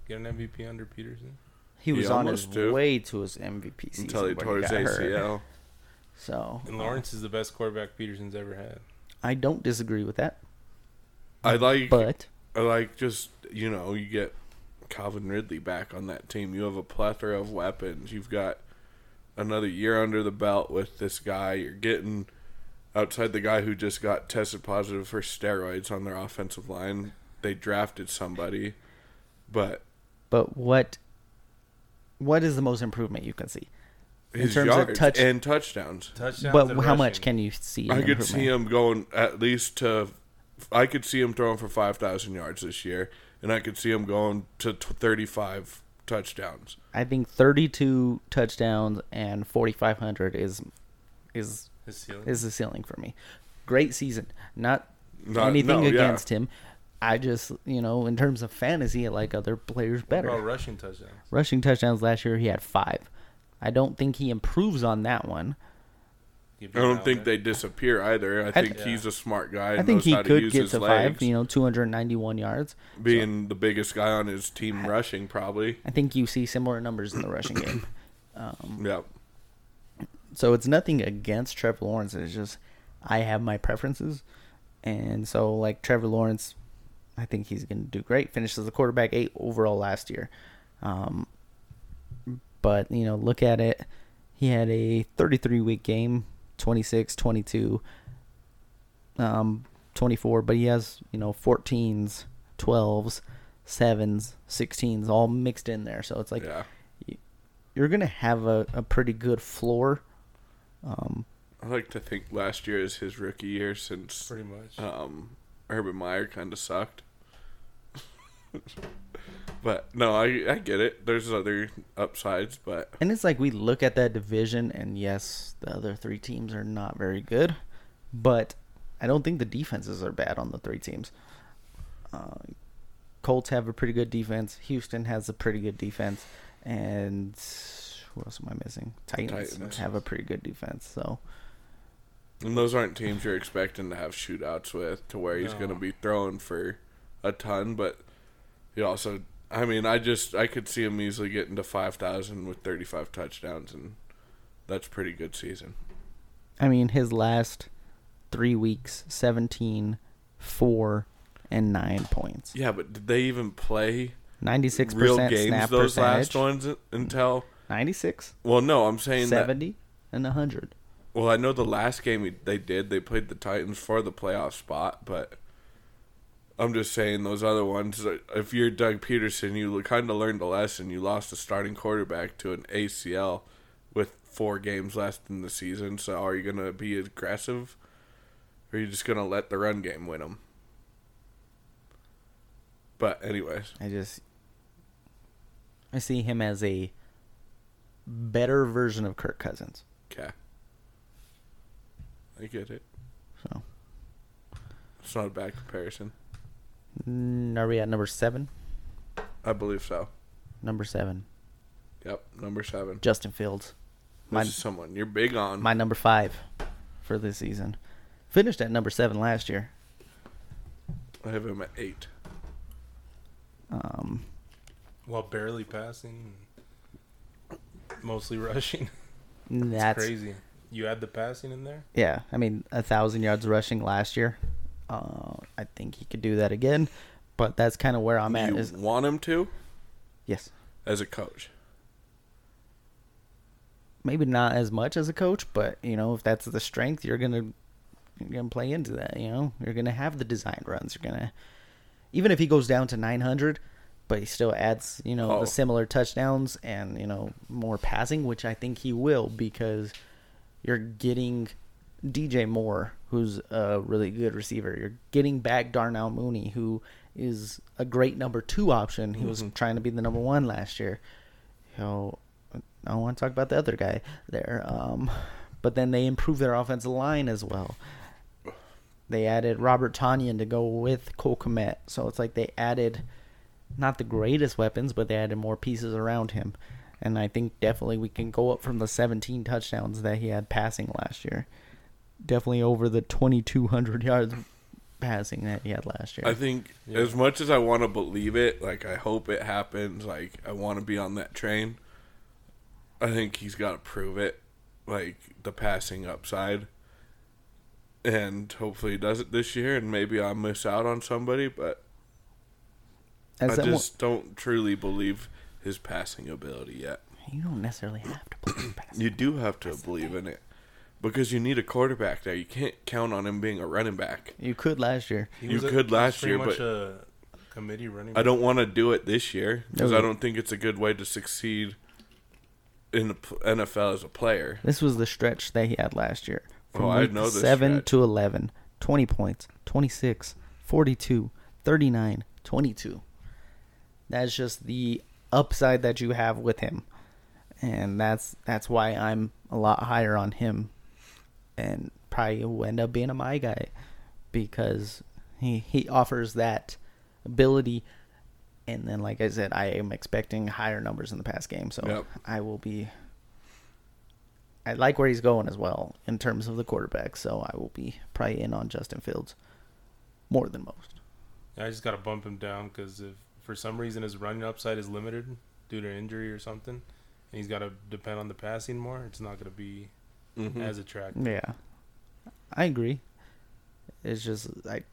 get an MVP under Peterson.
He
He
was on his
almost did.
way to his MVP season
Until he
when
tore his
got hurt.
ACL.
So
And Lawrence is the best quarterback Peterson's ever had.
I don't disagree with that,
I like
but
I like just you know you get Calvin Ridley back on that team. You have a plethora of weapons. You've got another year under the belt with this guy. You're getting outside the guy who just got tested positive for steroids on their offensive line. They drafted somebody, but
but what what is the most improvement you can see? In
his
terms of
yards
touch-
and touchdowns.
Touchdowns.
but
and
how much
rushing.
can you see? in
I could
improvement?
see him going at least to. I could see him throwing for five thousand yards this year, and I could see him going to t- thirty-five touchdowns.
I think 32 touchdowns and 4,500 is is
His ceiling.
is the ceiling for me. Great season. Not
Not-
anything
no, yeah.
against him. I just you know in terms of fantasy, I like other players better.
About rushing touchdowns.
Rushing touchdowns last year, he had five. I don't think he improves on that one.
Give
I
you
don't
that
think
one.
they disappear either. I think he's a smart guy. And
I think
knows
he
how to
could
use
get
his
to
legs,
five, you know, 291 yards.
being the biggest guy on his team rushing probably.
I think you see similar numbers in the rushing game. Um,
Yeah,
So it's nothing against Trevor Lawrence. It's just I have my preferences. And so, like, Trevor Lawrence, I think he's going to do great. Finishes the quarterback eight overall last year. Um, but, you know, look at it. He had a 33 week game, 26, 22, um, 24, but he has, you know, 14s, 12s, 7s, 16s all mixed in there. So it's like
yeah.
you're going to have a, a pretty good floor.
I like to think last year is his rookie year since
Pretty much.
um, Urban Meyer kind of sucked. but no, I I get it. There's other upsides, but
And it's like we look at that division, and yes, the other three teams are not very good, but I don't think the defenses are bad on the three teams. Uh, Colts have a pretty good defense. Houston has a pretty good defense, and what else am I missing? Titans,
Titans.
have a pretty good defense. So
and those aren't teams you're expecting to have shootouts with to where he's
No.
going to be throwing for a ton, but he also I mean, I just I could see him easily getting to 5,000 with 35 touchdowns and That's pretty good season.
I mean, his last three weeks 17, 4, and 9 points.
Yeah, but did they even play
96%
real games
snap
those
percentage.
last ones until?
96,
Well, no, I'm saying that
70, and 100.
Well, I know the last game we- they did, they played the Titans for the playoff spot, but I'm just saying those other ones. like, If you're Doug Peterson, you kind of learned a lesson. You lost a starting quarterback to an ACL with four games left in the season. So are you going to be aggressive, or are you just going to let the run game win them? But anyways,
I just. I see him as a better version of Kirk Cousins.
okay, I get it.
So,
It's not a bad comparison.
mm, are we at number seven?
I believe so.
Number seven,
Yep, number seven.
Justin Fields.
This
My-
is someone you're big on.
my number five for this season. Finished at number seven last year.
I have him at eight.
Um,
While barely passing, mostly rushing. It's
that's
crazy. You add the passing in there?
yeah. I mean, a thousand yards rushing last year. Uh, I think he could do that again, but that's kind of where I'm at.
you
Is
want him to
yes,
as a coach?
maybe not as much as a coach, but you know, if that's the strength, you're gonna you're gonna play into that. You know, you're gonna have the design runs. You're gonna even if he goes down to 900, but he still adds you know
Oh.
the similar touchdowns and you know more passing, which I think he will because you're getting DJ Moore, who's a really good receiver. You're getting back Darnell Mooney, who is a great number two option. He was trying to be the number one last year. You know, I want to talk about the other guy there. Um, but then they improved their offensive line as well. They added Robert Tanyan to go with Cole Komet. So it's like they added not the greatest weapons, but they added more pieces around him. And I think definitely we can go up from the 17 touchdowns that he had passing last year. Definitely over the 2,200 yards passing that he had last year.
I think as much as I want to believe it, like I hope it happens, like I want to be on that train. I think he's got to prove it, like the passing upside, and hopefully he does it this year. And maybe I miss out on somebody, but
As
I
someone-
just don't truly believe his passing ability yet.
you don't necessarily have to play passing.
You do have to believe in it because you need a quarterback there. You can't count on him being a running back.
You could last year.
He
You
was a-
could
he was
last
pretty
year,
much
but-
a committee running.
I don't want to do it this year because
No.
I don't think it's a good way to succeed in the p- NFL as a player.
This was the stretch that he had last year. From
Oh, I
week
know this
7
stretch.
to 11, 20 points, 26, 42, 39, 22. That's just the upside that you have with him. And that's that's why I'm a lot higher on him and probably will end up being a my guy because he he offers that ability and then like I said I am expecting higher numbers in the past game so
Yep.
I will be I like where he's going as well in terms of the quarterback so I will be probably in on Justin Fields more than most
I just got to bump him down because if for some reason his running upside is limited due to injury or something, and he's got to depend on the passing more, it's not going to be
Mhm.
Mm-hmm.
as attractive.
yeah I agree it's just I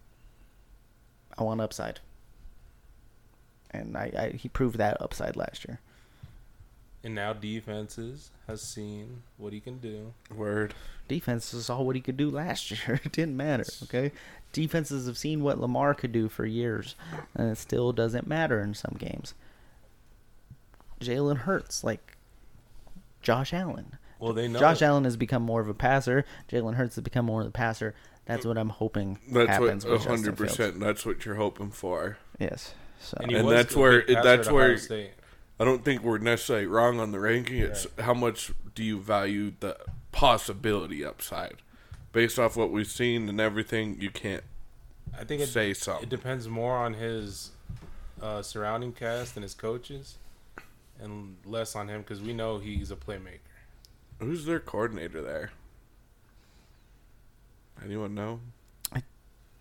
I want upside and I, I he proved that upside last year
And now defenses has seen what he can do.
Word.
defense saw what he could do last year. It didn't matter. Okay, defenses have seen what Lamar could do for years, and it still doesn't matter in some games. Jalen Hurts, like Josh Allen.
Well, they know
Josh
it.
Allen has become more of a passer. Jalen Hurts has become more of a passer. That's what I'm hoping
That's what
happens
what
with Justin
hundred
Fields.
percent. That's what you're hoping for.
Yes. So
he
And
was
that's
a
where-
big passer
that's
at
where-
Ohio State.
I don't think we're necessarily wrong on the ranking. It's how much do you value the possibility upside, based off what we've seen and everything. You can't
I think it,
say
it
something.
depends more on his uh, surrounding cast and his coaches, and less on him because we know he's a playmaker.
Who's their coordinator there? Anyone know?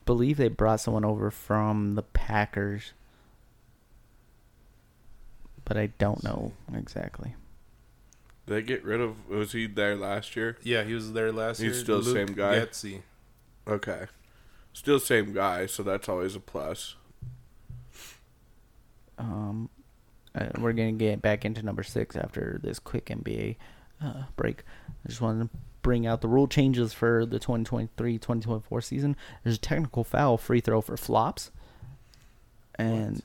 believe they brought someone over from the Packers, but I don't know exactly.
Did they get rid of? Was he there last year?
Yeah, he was there last
He's
year.
still the same guy?
Getsy.
Okay, still same guy, so that's always a plus.
Um, uh, we're gonna get back into number six after this quick NBA uh, break. I just wanted to bring out the rule changes for the 2023-2024 season. There's a technical foul free throw for flops, and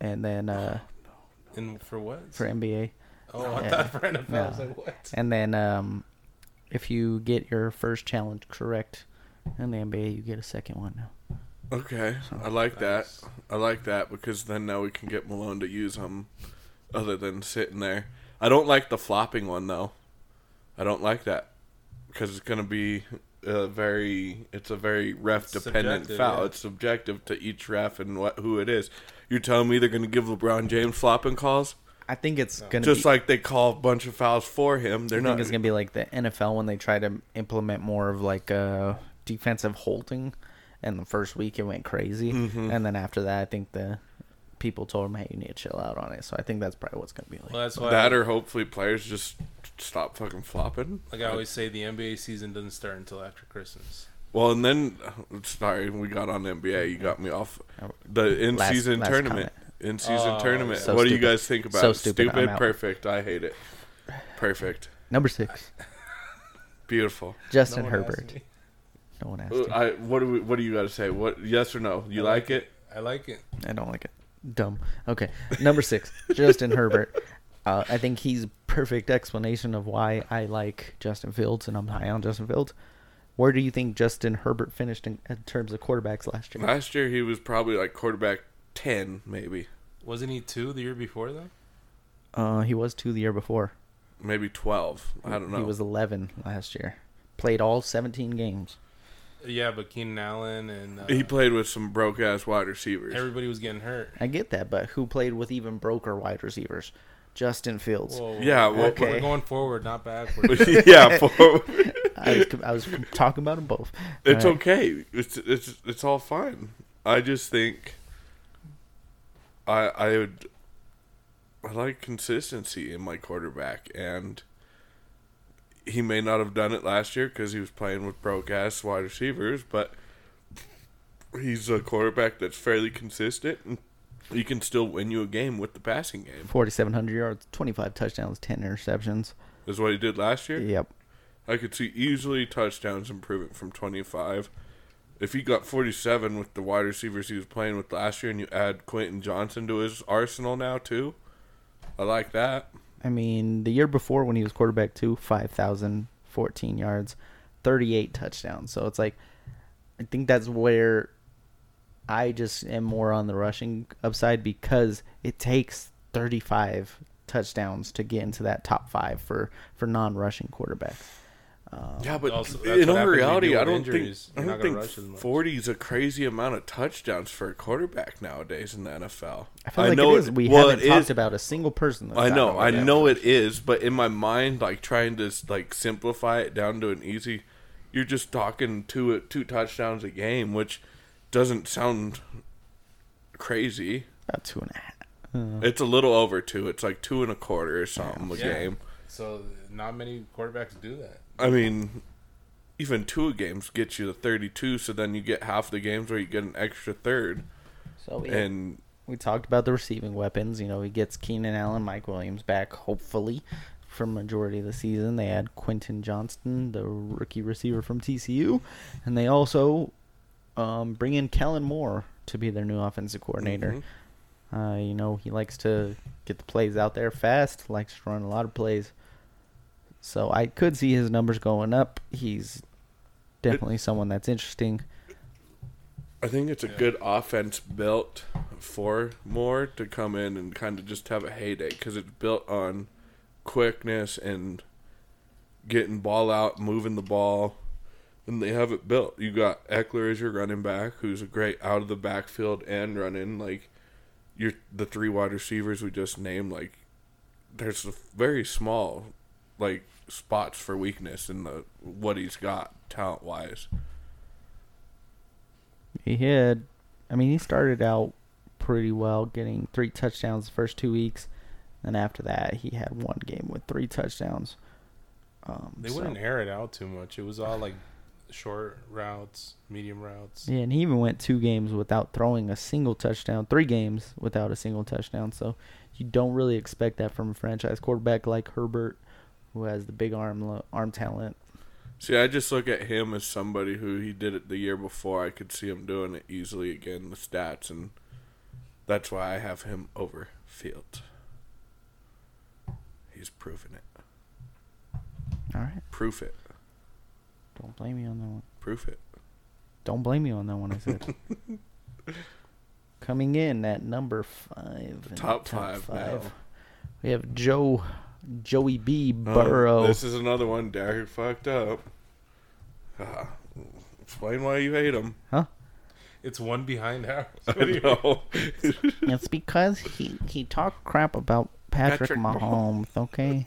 and then uh,
And for what?
for NFL.
oh, I
yeah.
thought for NFL. I was
No.
like, what?
and then um, if you get your first challenge correct in the NBA, you get a second one now.
Okay, I like that.
Nice.
I like that because then now we can get Malone to use him, other than sitting there. I don't like the flopping one though. I don't like that because it's gonna be a very it's a very ref dependent
Subjective,
foul.
yeah.
It's subjective to each ref and what who it is. You're telling me they're gonna give LeBron James flopping calls
I think it's gonna
just
be,
like they call a bunch of fouls for him. They're
I
not.
think it's gonna be like the NFL when they try to implement more of like a defensive holding, and the first week it went crazy,
Mm-hmm.
and then after that, I think the people told them, "Hey, you need to chill out on it." So I think that's probably what's gonna be like.
Well, that's why.
that or hopefully players just stop fucking flopping.
like I always say, the NBA season doesn't start until after Christmas.
Well, and then sorry, we got on NBA. You got me off the in season
Last- last
tournament. In season
Oh,
tournament.
so
what do you
stupid.
guys think about
So
it?
stupid, I'm out.
Perfect. I hate it. Perfect.
Number six,
Beautiful.
Justin
No one asked
Herbert.
me.
No one asked.
Uh,
you. I,
I, what do we, What do you guys say? What? Yes or no? You
I
like
like
it?
I like it.
don't like it. Dumb. Okay, number six, Justin Herbert. Uh, I think he's perfect explanation of why I like Justin Fields and I'm high on Justin Fields. Where do you think Justin Herbert finished in, in terms of quarterbacks last year?
Last year he was probably like quarterback ten, maybe,
Wasn't he two the year before though?
Uh, he was two the year before.
maybe twelve. I don't know.
He was 11 last year. Played all 17 games.
Yeah, but Keenan Allen and uh,
he played with some broke ass wide receivers.
everybody was getting hurt.
I get that, but who played with even broker wide receivers? Justin Fields.
Whoa,
Yeah, well-
we're
Okay.
going forward, not backwards.
yeah, for,
I was, I was talking about them both.
It's
All right.
okay. It's it's it's all fine. I just think I I would I like consistency in my quarterback, and he may not have done it last year because he was playing with broke ass wide receivers, but he's a quarterback that's fairly consistent, and he can still win you a game with the passing game.
4,700 yards, 25 touchdowns, 10 interceptions.
Is what he did last year.
Yep.
I could see easily touchdowns improvement from 25. If he got 47 with the wide receivers he was playing with last year, and you add Quentin Johnson to his arsenal now too, I like that.
Uh,
I mean, the year before when he was quarterback, too, 5,014 yards, 38 touchdowns. So it's like, I think that's where I just am more on the rushing upside because it takes 35 touchdowns to get into that top five for, for non rushing quarterbacks.
yeah, but
also, that's
in
what
all
happens when you
reality,
deal
I
with
don't think
injuries.
I
You're
don't
not gonna
think
rush as much.
40 is a crazy amount of touchdowns for a quarterback nowadays in the NFL.
I feel like
know
it is. We
well,
haven't
it
talked
is.
about a single person. That's
I
gotten
know,
over
I
that.
know it is, but in my mind, like trying to like simplify it down to an easy, you're just talking two two touchdowns a game, which doesn't sound crazy.
About two and a half.
It's a little over two. It's like two and a quarter or something a
Yeah.
game.
So not many quarterbacks do that.
I mean, even two games get you to thirty-two. So then you get half the games where you get an extra third,
So we,
and
we talked about the receiving weapons. You know, he gets Keenan Allen, Mike Williams back, hopefully, for majority of the season. They add Quentin Johnston, the rookie receiver from TCU, and they also um, bring in Kellen Moore to be their new offensive coordinator. Uh, you know, he likes to get the plays out there fast, likes to run a lot of plays. So I could see his numbers going up. He's definitely someone that's interesting.
I think it's a good offense built for Moore to come in and kind of just have a heyday because it's built on quickness and getting ball out, moving the ball, and they have it built. You got Eckler as your running back, who's a great out of the backfield and running. Like your the three wide receivers we just named, like there's a very small like spots for weakness in the what he's got talent wise.
He had, I mean, he started out pretty well, getting three touchdowns the first two weeks, Then after that, he had one game with three touchdowns. Um,
They
so-
wouldn't air it out too much. It was all like short routes, medium routes.
Yeah, and he even went two games without throwing a single touchdown, three games without a single touchdown. So you don't really expect that from a franchise quarterback like Herbert, who has the big arm lo- arm talent.
See, I just look at him as somebody who he did it the year before. I could see him doing it easily again, the stats, and that's why I have him over Fields. He's proven it.
All right,
Proof it.
don't blame me on that one.
Proof it.
Don't blame me on that one. I said. Coming in at number five, in the
top five now.
we have Joe, Joey B. Burrow.
Oh, this is another one Derek fucked up. Ah, explain why you hate him.
It's one behind ours.
I know.
It's because he he talked crap about Patrick,
Patrick
Mahomes, okay?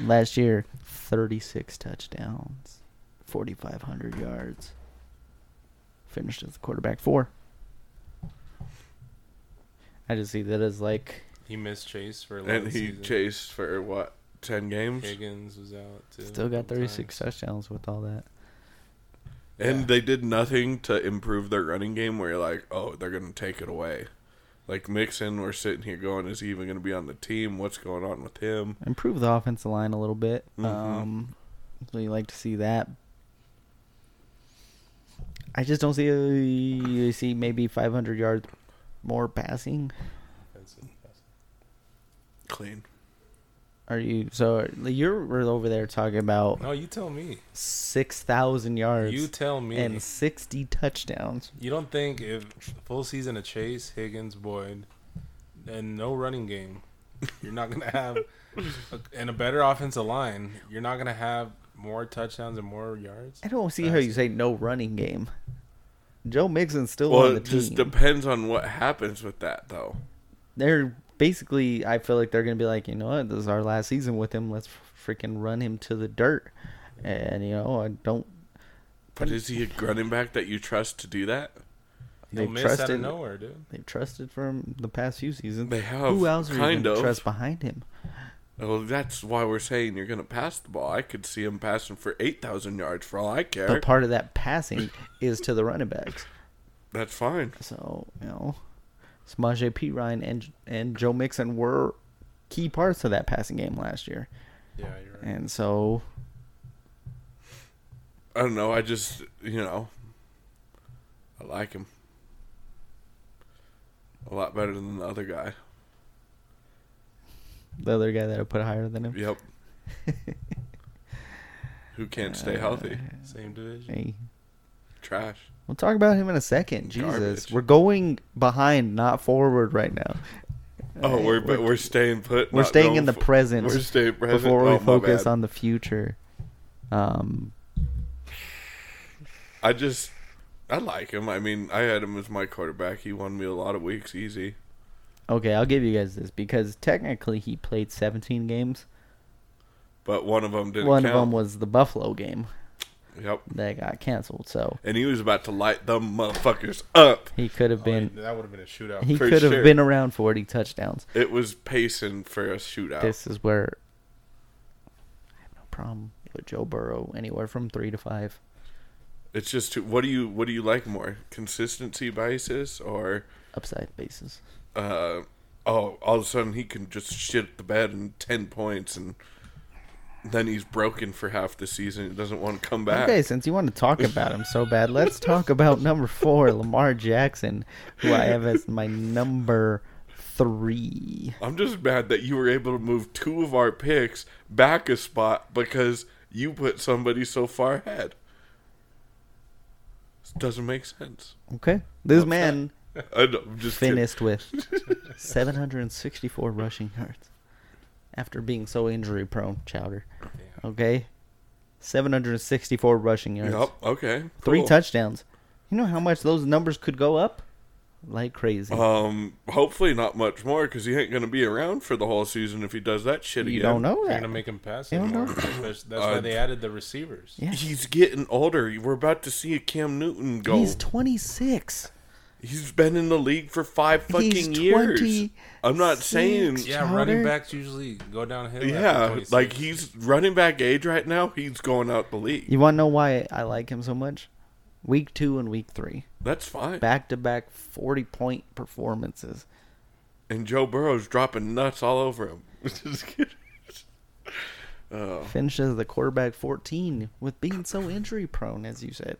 Last year, 36 touchdowns, 4500 yards. Finished as the quarterback 4. I just see that as like
He missed Chase for 11
and he
seasons.
chased for what ten games,
Higgins was out too.
still got
a couple
36
times.
touchdowns with all that.
and
Yeah.
they did nothing to improve their running game. Where you're like, oh, they're gonna take it away. Like Mixon, we're sitting here going, is he even gonna be on the team? What's going on with him?
Improve the offensive line a little bit.
Mhm.
Um, so you like to see that. I just don't see a, see maybe 500 yards more passing.
That's impressive.
Clean.
Are you so you're we're over there talking about
No, you tell me.
six thousand yards
You tell me.
and sixty touchdowns?
You don't think if full season of Chase, Higgins, Boyd, and no running game, you're not gonna have a, and a better offensive line, you're not gonna have more touchdowns and more yards.
I don't see how you say no running game. Joe Mixon's still
Well,
on the
it just
team.
depends on what happens with that, though.
they're basically. I feel like they're gonna be like, you know what? This is our last season with him. Let's freaking run him to the dirt. And you know, I don't.
But is he a running back that you trust to do that?
You'll
They've
miss out of
trusted.
nowhere, dude.
They've trusted for him the past few seasons.
They have,
Who else are you
kind
gonna
of.
trust behind him?
Well, that's why we're saying you're going to pass the ball. I could see him passing for 8,000 yards for all I care.
But part of that passing is to the running backs.
that's fine.
So
So
you know, Samaje P. Ryan and and Joe Mixon were key parts of that passing game last year,
Yeah, you're right.
and so
I don't know. I just, you know, I like him a lot better than the other guy.
the other guy that I put higher than him.
Yep. Who can't
Uh,
stay healthy?
Same division.
Hey,
Trash.
we'll talk about him in a second. Jesus,
Garbage.
we're going behind, not forward, right now.
Oh,
Hey,
we're but we're staying put.
uh, we're
not
staying
going
in the
fo-
present
We're staying present.
before we
Oh, my
focus
bad.
on the future. Um,
I just, I like him. I mean, I had him as my quarterback. He won me a lot of weeks easy.
okay, I'll give you guys this because technically he played 17 games.
But one of them didn't
One
count.
of them was the Buffalo game
Yep.
that got canceled, so
And he was about to light them motherfuckers up.
he could have been
that would have been a shootout.
He
For
could have
sure.
been around 40 touchdowns.
It was pacing for a shootout.
This is where I have no problem with Joe Burrow anywhere from three to five.
It's just too- what do you what do you like more? Consistency basis or
Upside bases.
uh oh, all of a sudden he can just shit the bed and 10 points and then he's broken for half the season and doesn't want to come back.
Okay, since you want to talk about him so bad, let's talk about number four, Lamar Jackson, who I have as my number three.
I'm just mad that you were able to move two of our picks back a spot because you put somebody so far ahead. This doesn't make sense.
Okay, this man
I know, I'm just kidding.
finished with 764 rushing yards after being so injury prone. Chowder.
Yeah.
Okay, 764 rushing yards.
Yep. Okay.
three
cool.
touchdowns. You know how much those numbers could go up? Like crazy.
Um, hopefully not much more because he ain't gonna be around for the whole season if he does that shit
you
again.
don't know
You're
that.
gonna make him pass
You don't
anymore.
know.
That's, that's why
Uh,
they added the receivers.
yeah.
He's getting older. We're about to see a Cam Newton go.
He's 26.
He's been in the league for five fucking years. I'm not saying.
six.
Yeah,
Chowder?
running backs usually go downhill. after
Yeah,
26.
like he's running back age right now. He's going out the league.
You want to know why I like him so much? Week two and week three,
That's fine.
back to back forty point performances.
And Joe Burrow's dropping nuts all over him. Just kidding. Uh,
Finished as the quarterback fourteen with being so injury prone, as you said.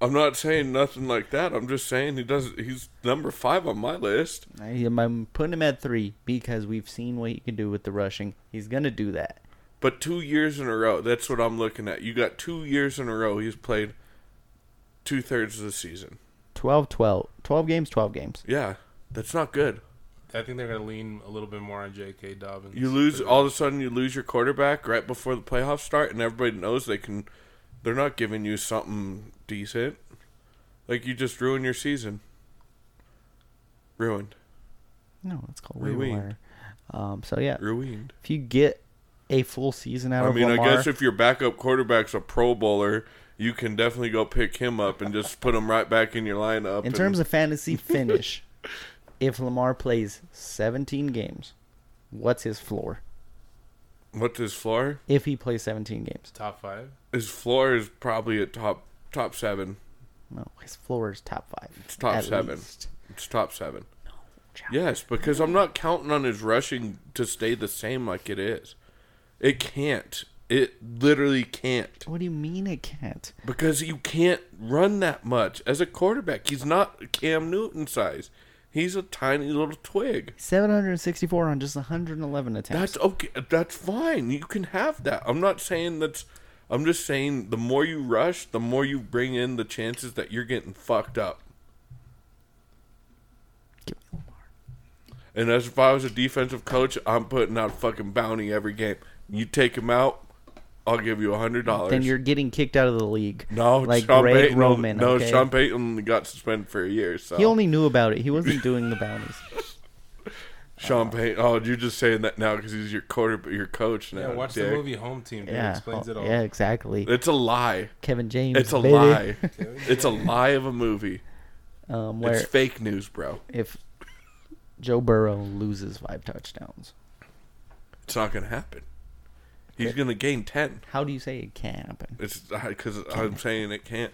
I'm not saying nothing like that. I'm just saying he does. He's number five on my list.
I am- I'm putting him at three because we've seen what he can do with the rushing. He's gonna do that.
But two years in a row, that's what I'm looking at. You got two years in a row he's played two thirds of the season.
12, 12. 12 games, 12 games.
Yeah, that's not good.
I think they're gonna lean a little bit more on J.K. Dobbins.
You lose all of a sudden you lose your quarterback right before the playoffs start and everybody knows they can they're not giving you something decent. Like you just ruin your season. Ruined.
No, it's called waiver
Ruined.
wire. Um, so yeah,
Ruined.
if you get a full season out
I
of
mean,
Lamar,
I guess if your backup quarterback's a pro bowler, you can definitely go pick him up and just put him right back in your lineup.
in terms of fantasy finish, if Lamar plays 17 games, what's his floor?
of what's his floor?
If he plays 17 games,
top five.
His floor is probably at top top seven.
no, his floor is top five.
It's top
at
seven.
least.
It's top seven.
Chowder.
Yes, because I'm not counting on his rushing to stay the same like it is. It can't. It literally can't.
What do you mean it can't?
Because you can't run that much as a quarterback. He's not Cam Newton size. He's a tiny little twig.
764 on just 111 attempts.
That's okay. That's fine. You can have that. I'm not saying that's. I'm just saying the more you rush, the more you bring in the chances that you're getting fucked up.
Give me Lamar.
And as if I was a defensive coach, I'm putting out fucking bounty every game. You take him out, I'll give you a hundred dollars.
Then you're getting kicked out of the league.
no
like
Sean
Greg
Payton.
Roman.
no,
okay?
Sean Payton got suspended for a year. So
He only knew about it. He wasn't doing the bounties.
Sean Payton. Oh, you're just saying that now because he's your quarter, your coach now.
Yeah, watch the
dick.
movie Home Team. Dude. It
Yeah, Oh,
explains it all.
yeah, exactly.
It's a lie.
Kevin James.
It's a
baby.
lie. It's a lie of a movie.
Um, where
It's fake news, bro.
if Joe Burrow loses five touchdowns,
It's not gonna happen. He's gonna gain ten.
how do you say it can't happen?
It's because I'm saying it can't.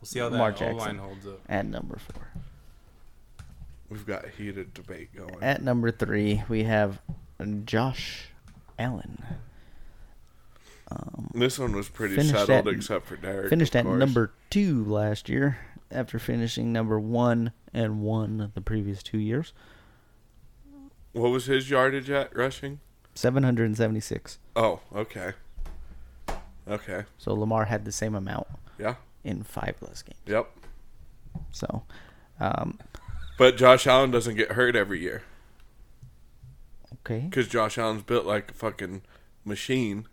We'll see how
Lamar
that O
Jackson.
line holds up.
At number four.
We've got a heated debate going.
At number three, we have Josh Allen.
This one was pretty
Finished
settled,
at-
except for Derek.
Finished
of
at
course.
number two last year after finishing number one and one the previous two years.
What was his yardage at rushing?
776.
Oh, okay, okay,
So Lamar had the same amount
yeah,
in five less games.
yep.
So, um,
But Josh Allen doesn't get hurt every year
okay.
because Josh Allen's built like a fucking machine,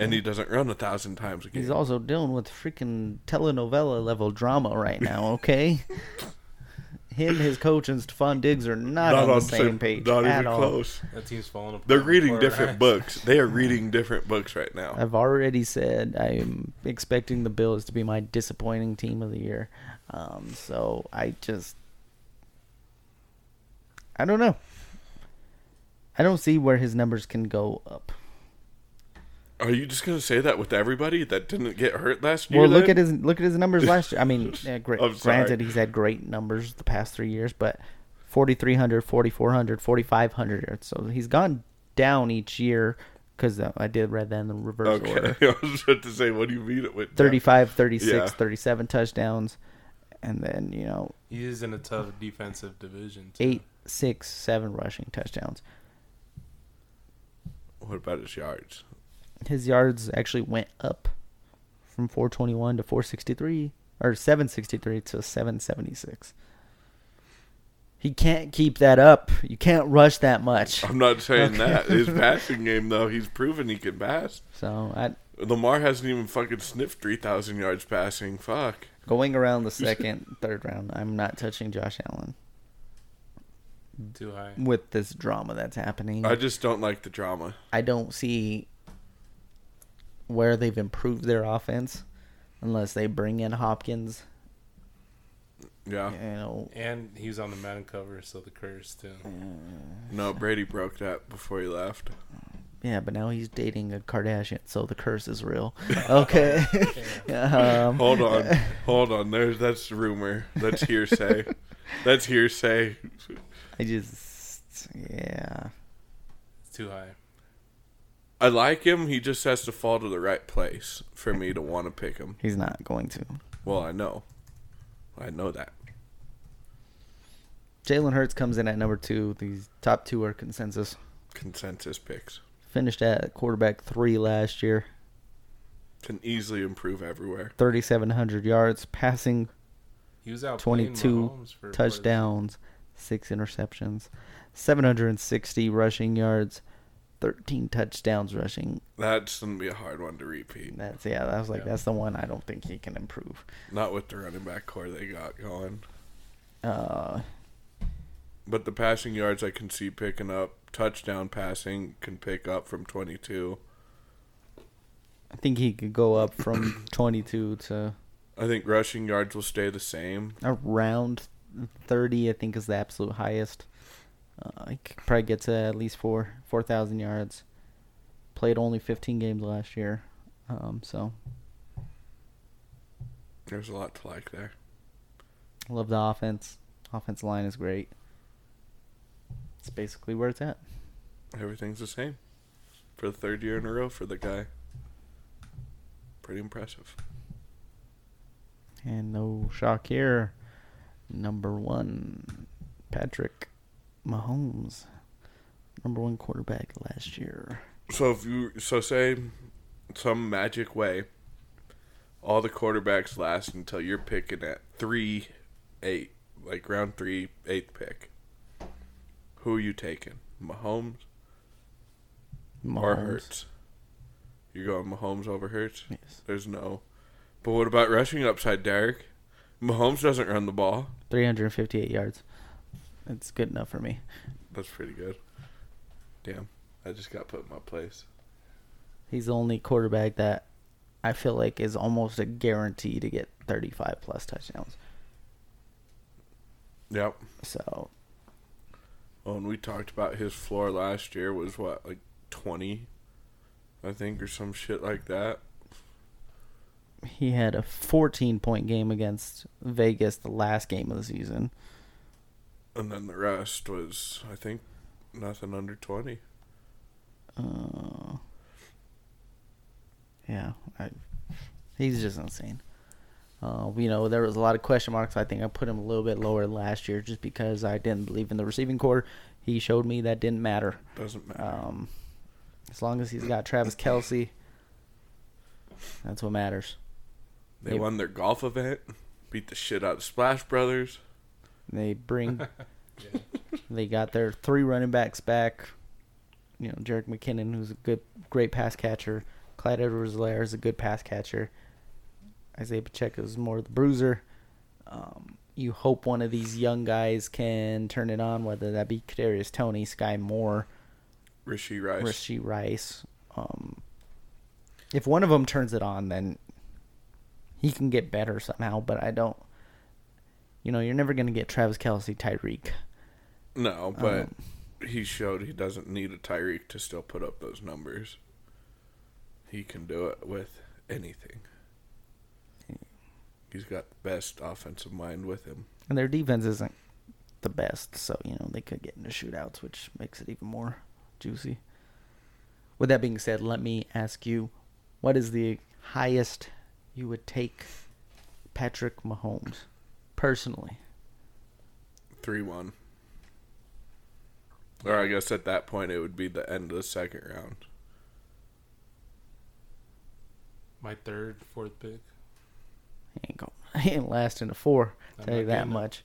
and he doesn't run a thousand times a game.
He's also dealing with freaking telenovela level drama right now, okay? Him, his coach, and Stephon Diggs are not, on, the same, page.
Not
at
even
all.
close.
That team's falling apart.
They're reading
Poor
different
Ryan.
books. They are reading different books right now.
I've already said I'm expecting the Bills to be my disappointing team of the year. Um, so I just. I don't know. I don't see where his numbers can go up.
Are you just gonna say that with everybody that didn't get hurt last year?
Well, look
then?
at his look at his numbers last year. I mean, uh, great,
I'm sorry.
granted, he's had great numbers the past three years, but 4,300, 4,400, 4,500. So he's gone down each year because I did read that in the reverse
Okay,
order.
I was about to say, what do you mean it went down?
35, 36,
Yeah.
37 touchdowns, and then, you know,
He is in a tough defensive division. Too.
eight, six, seven rushing touchdowns.
What about his yards?
His yards actually went up from 421 to 463, or 763 to 776. He can't keep that up. You can't rush that much.
I'm not saying that. His passing game, though, he's proven he can pass.
So, I,
Lamar hasn't even fucking sniffed 3,000 yards passing. Fuck.
going around the second, third round, I'm not touching Josh Allen
Too high.
with this drama that's happening.
I just don't like the drama.
I don't see where they've improved their offense unless they bring in Hopkins
Yeah.
You know,
And he was on the Madden cover, so the curse too.
No, Brady broke that before he left.
yeah, but now he's dating a Kardashian, so the curse is real. Okay. um,
Hold on, hold on. There's that's rumor. That's hearsay. that's hearsay.
I just, yeah.
It's too high.
I like him. He just has to fall to the right place for me to want to pick him.
He's not going to.
Well, I know. I know that.
Jalen Hurts comes in at number two. These top two are consensus.
Consensus picks
Finished at quarterback three last year.
can easily improve everywhere.
3,700 yards, passing
He was out
22 touchdowns, six interceptions, 760 rushing yards, 13 touchdowns rushing.
That's gonna be a hard one to repeat.
That's yeah. I was like,
Yeah.
that's the one I don't think he can improve.
Not with the running back core they got going.
Uh,
But the passing yards I can see picking up. Touchdown passing can pick up from 22.
I think he could go up from 22 to
I think rushing yards will stay the same.
around 30. I think is the absolute highest. Uh, he could probably get to at least four 4,000 yards. Played only 15 games last year, um, so
There's a lot to like there.
love the offense. Offense line is great. It's basically where it's at.
Everything's the same. For the third year in a row for the guy. Pretty impressive.
And no shock here. Number one, Patrick Mahomes. Number one quarterback last year.
So if you so say some magic way, all the quarterbacks last until you're picking at three eight, like round three, eighth pick. Who are you taking? Mahomes or
Mahomes.
Hurts? You're going Mahomes over Hurts?
Yes.
There's no But what about rushing upside, Derek? Mahomes doesn't run the ball.
358 yards. That's good enough for me.
That's pretty good. Damn. I just got put in my place.
He's the only quarterback that I feel like is almost a guarantee to get 35 plus touchdowns.
Yep.
So,
Well, and we talked about his floor last year was what, like 20, I think, or some shit like that.
he had a 14 point game against Vegas the last game of the season.
And then the rest was, I think, nothing under 20.
Uh, yeah, I, he's just insane. Uh, you know, there was a lot of question marks. I think I put him a little bit lower last year just because I didn't believe in the receiving core. He showed me that didn't matter.
Doesn't matter.
Um, as long as he's got Travis Kelsey, that's what matters.
they
they-
won their golf event, beat the shit out of Splash Brothers.
They bring,
Yeah.
they got their three running backs back. You know, Jarek McKinnon, who's a good, great pass catcher. Clyde Edwards-Helaire is a good pass catcher. Isaiah Pacheco is more the bruiser. Um, you hope one of these young guys can turn it on, whether that be Kadarius Tony, Sky Moore,
Rishi Rice.
Rishi Rice. Um, if one of them turns it on, then he can get better somehow. But I don't. You know, you're never going to get Travis Kelsey, Tyreek.
No, but
Um,
he showed he doesn't need a Tyreek to still put up those numbers. He can do it with anything. He's got the best offensive mind with him.
and their defense isn't the best, so you know they could get into shootouts, which makes it even more juicy. With that being said, let me ask you, what is the highest you would take Patrick Mahomes personally?
3 1. Or I guess at that point it would be the end of the second round.
My third, fourth pick.
He ain't going. He ain't lasting a four.
I'm
Tell you
not
that
getting it.
much.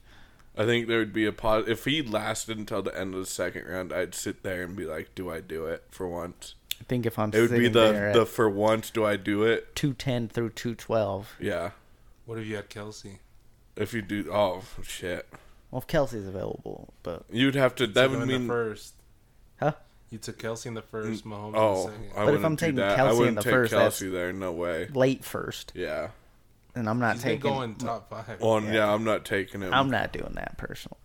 I think there would be a pause. If he lasted until the end of the second round, I'd sit there and be like, do I do it for once?
I think if I'm
It would
sitting
be the,
there
the
at
for once, do I do it?
210 through 212,
Yeah.
What if you had Kelsey?
If you do, oh, shit.
well, if Kelsey's available, but
You'd have to, that
Took him
would
in
mean
the first.
Huh?
You took Kelsey in the first, Mahomes in
Oh,
the second.
I
But if
wouldn't
I'm taking
do that.
Kelsey
I
in
wouldn't
the
take
first, that's-
Kelsey there. No way.
late first.
Yeah,
and I'm not
He's been
taking.
going top five.
Well,
Yeah.
yeah. I'm not taking him.
I'm not doing that personally.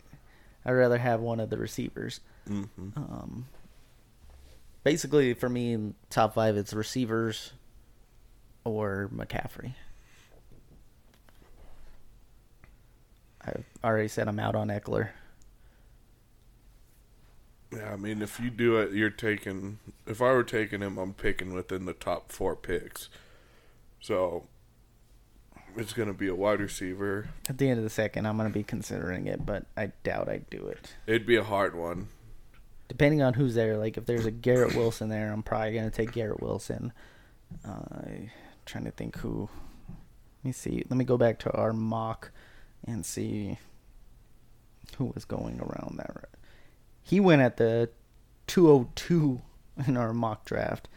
I'd rather have one of the receivers.
Mhm.
Um, basically, for me, top five it's receivers or McCaffrey. I already said I'm out on Eckler.
Yeah, I mean, if you do it, you're taking. If I were taking him, I'm picking within the top four picks. So it's going to be a wide receiver.
At the end of the second, I'm going to be considering it, but I doubt I'd do it.
It'd be a hard one.
Depending on who's there, like if there's a Garrett Wilson there, I'm probably going to take Garrett Wilson. Uh, trying to think who. Let me see. Let me go back to our mock and see who was going around that. ra- He went at the 202 in our mock draft.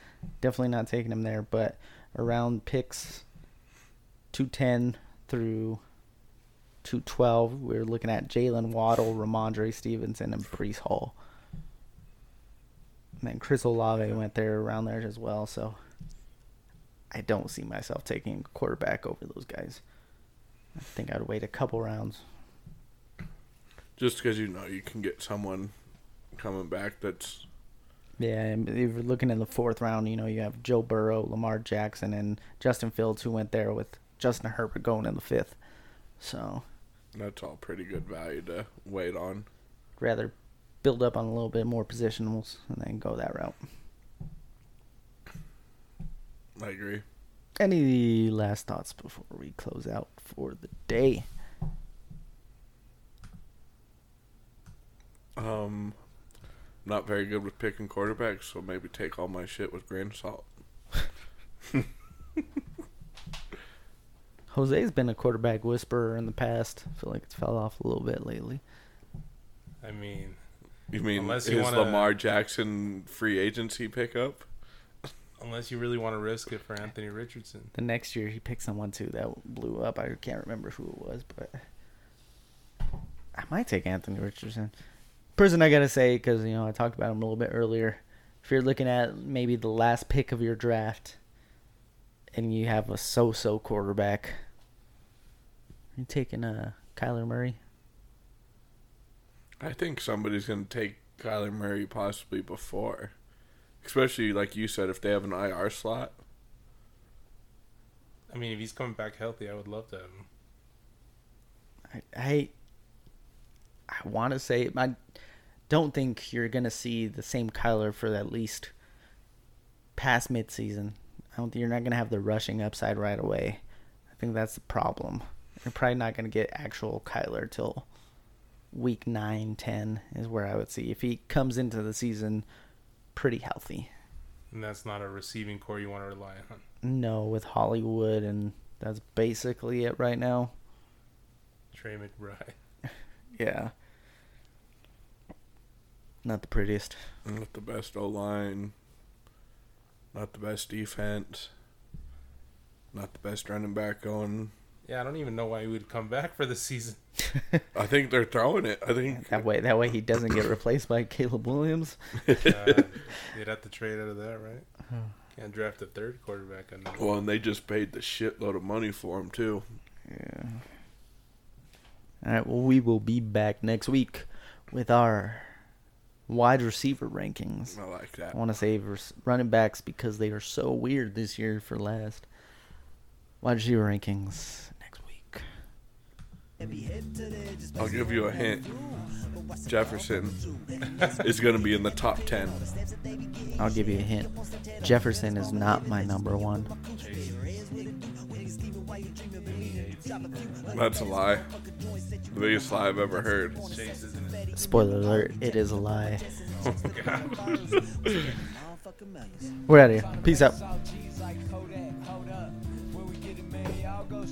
Definitely not taking him there, but around picks 210 through 212, we we're looking at Jalen Waddle, Ramondre Stevenson, and Brees Hall. And then Chris Olave went there around there as well, so I don't see myself taking quarterback over those guys. I think I'd wait a couple rounds.
Just because you know you can get someone coming back that's.
Yeah, and if you're looking in the fourth round, you know, you have Joe Burrow, Lamar Jackson, and Justin Fields, who went there with Justin Herbert going in the fifth. So,
That's all pretty good value to wait on.
I'd rather build up on a little bit more positionals and then go that route.
I agree.
Any last thoughts before we close out for the day?
Um, not very good with picking quarterbacks, so maybe take all my shit with grain of salt.
Jose's been a quarterback whisperer in the past. I feel like it's fell off a little bit lately.
I mean,
You mean
Unless you
his
wanna-
Lamar Jackson free agency pickup?
unless you really want to risk it for Anthony Richardson.
The next year he picked someone too that blew up. I can't remember who it was, but I might take Anthony Richardson. Person I gotta say because you know I talked about him a little bit earlier. If you're looking at maybe the last pick of your draft, and you have a so-so quarterback, you taking uh Kyler Murray.
I think somebody's going to take Kyler Murray possibly before. Especially, like you said, if they have an IR slot.
I mean, if he's coming back healthy, I would love to have him.
I I, I want to say I don't think you're gonna see the same Kyler for at least past midseason. I don't think you're not gonna have the rushing upside right away. I think that's the problem. You're probably not gonna get actual Kyler till week nine, ten is where I would see if he comes into the season pretty healthy.
And that's not a receiving core you want to rely on.
No, with Hollywood and that's basically it right now.
Trey McBride.
Yeah. Not the prettiest.
Not the best O line. Not the best defense. Not the best running back going.
Yeah, I don't even know why he would come back for the season.
I think they're throwing it. I think
That way, that way he doesn't get replaced by Caleb Williams.
Uh, they'd have to trade out of that, right? Can't draft a third quarterback. I know.
Well, and they just paid the shitload of money for him too.
Yeah. All right. Well, we will be back next week with our wide receiver rankings.
I like
I
that.
want to save res- running backs because they are so weird this year for last. Wide receiver rankings next week.
I'll give you a hint. Jefferson is going to be in the top ten.
I'll give you a hint. Jefferson is not my number one.
That's a lie. The biggest lie I've ever heard.
Chase, isn't it?
Spoiler alert, it is a lie.
We're
We're out of here. Peace out.
Hold up, hold up. When we get it, man, y'all go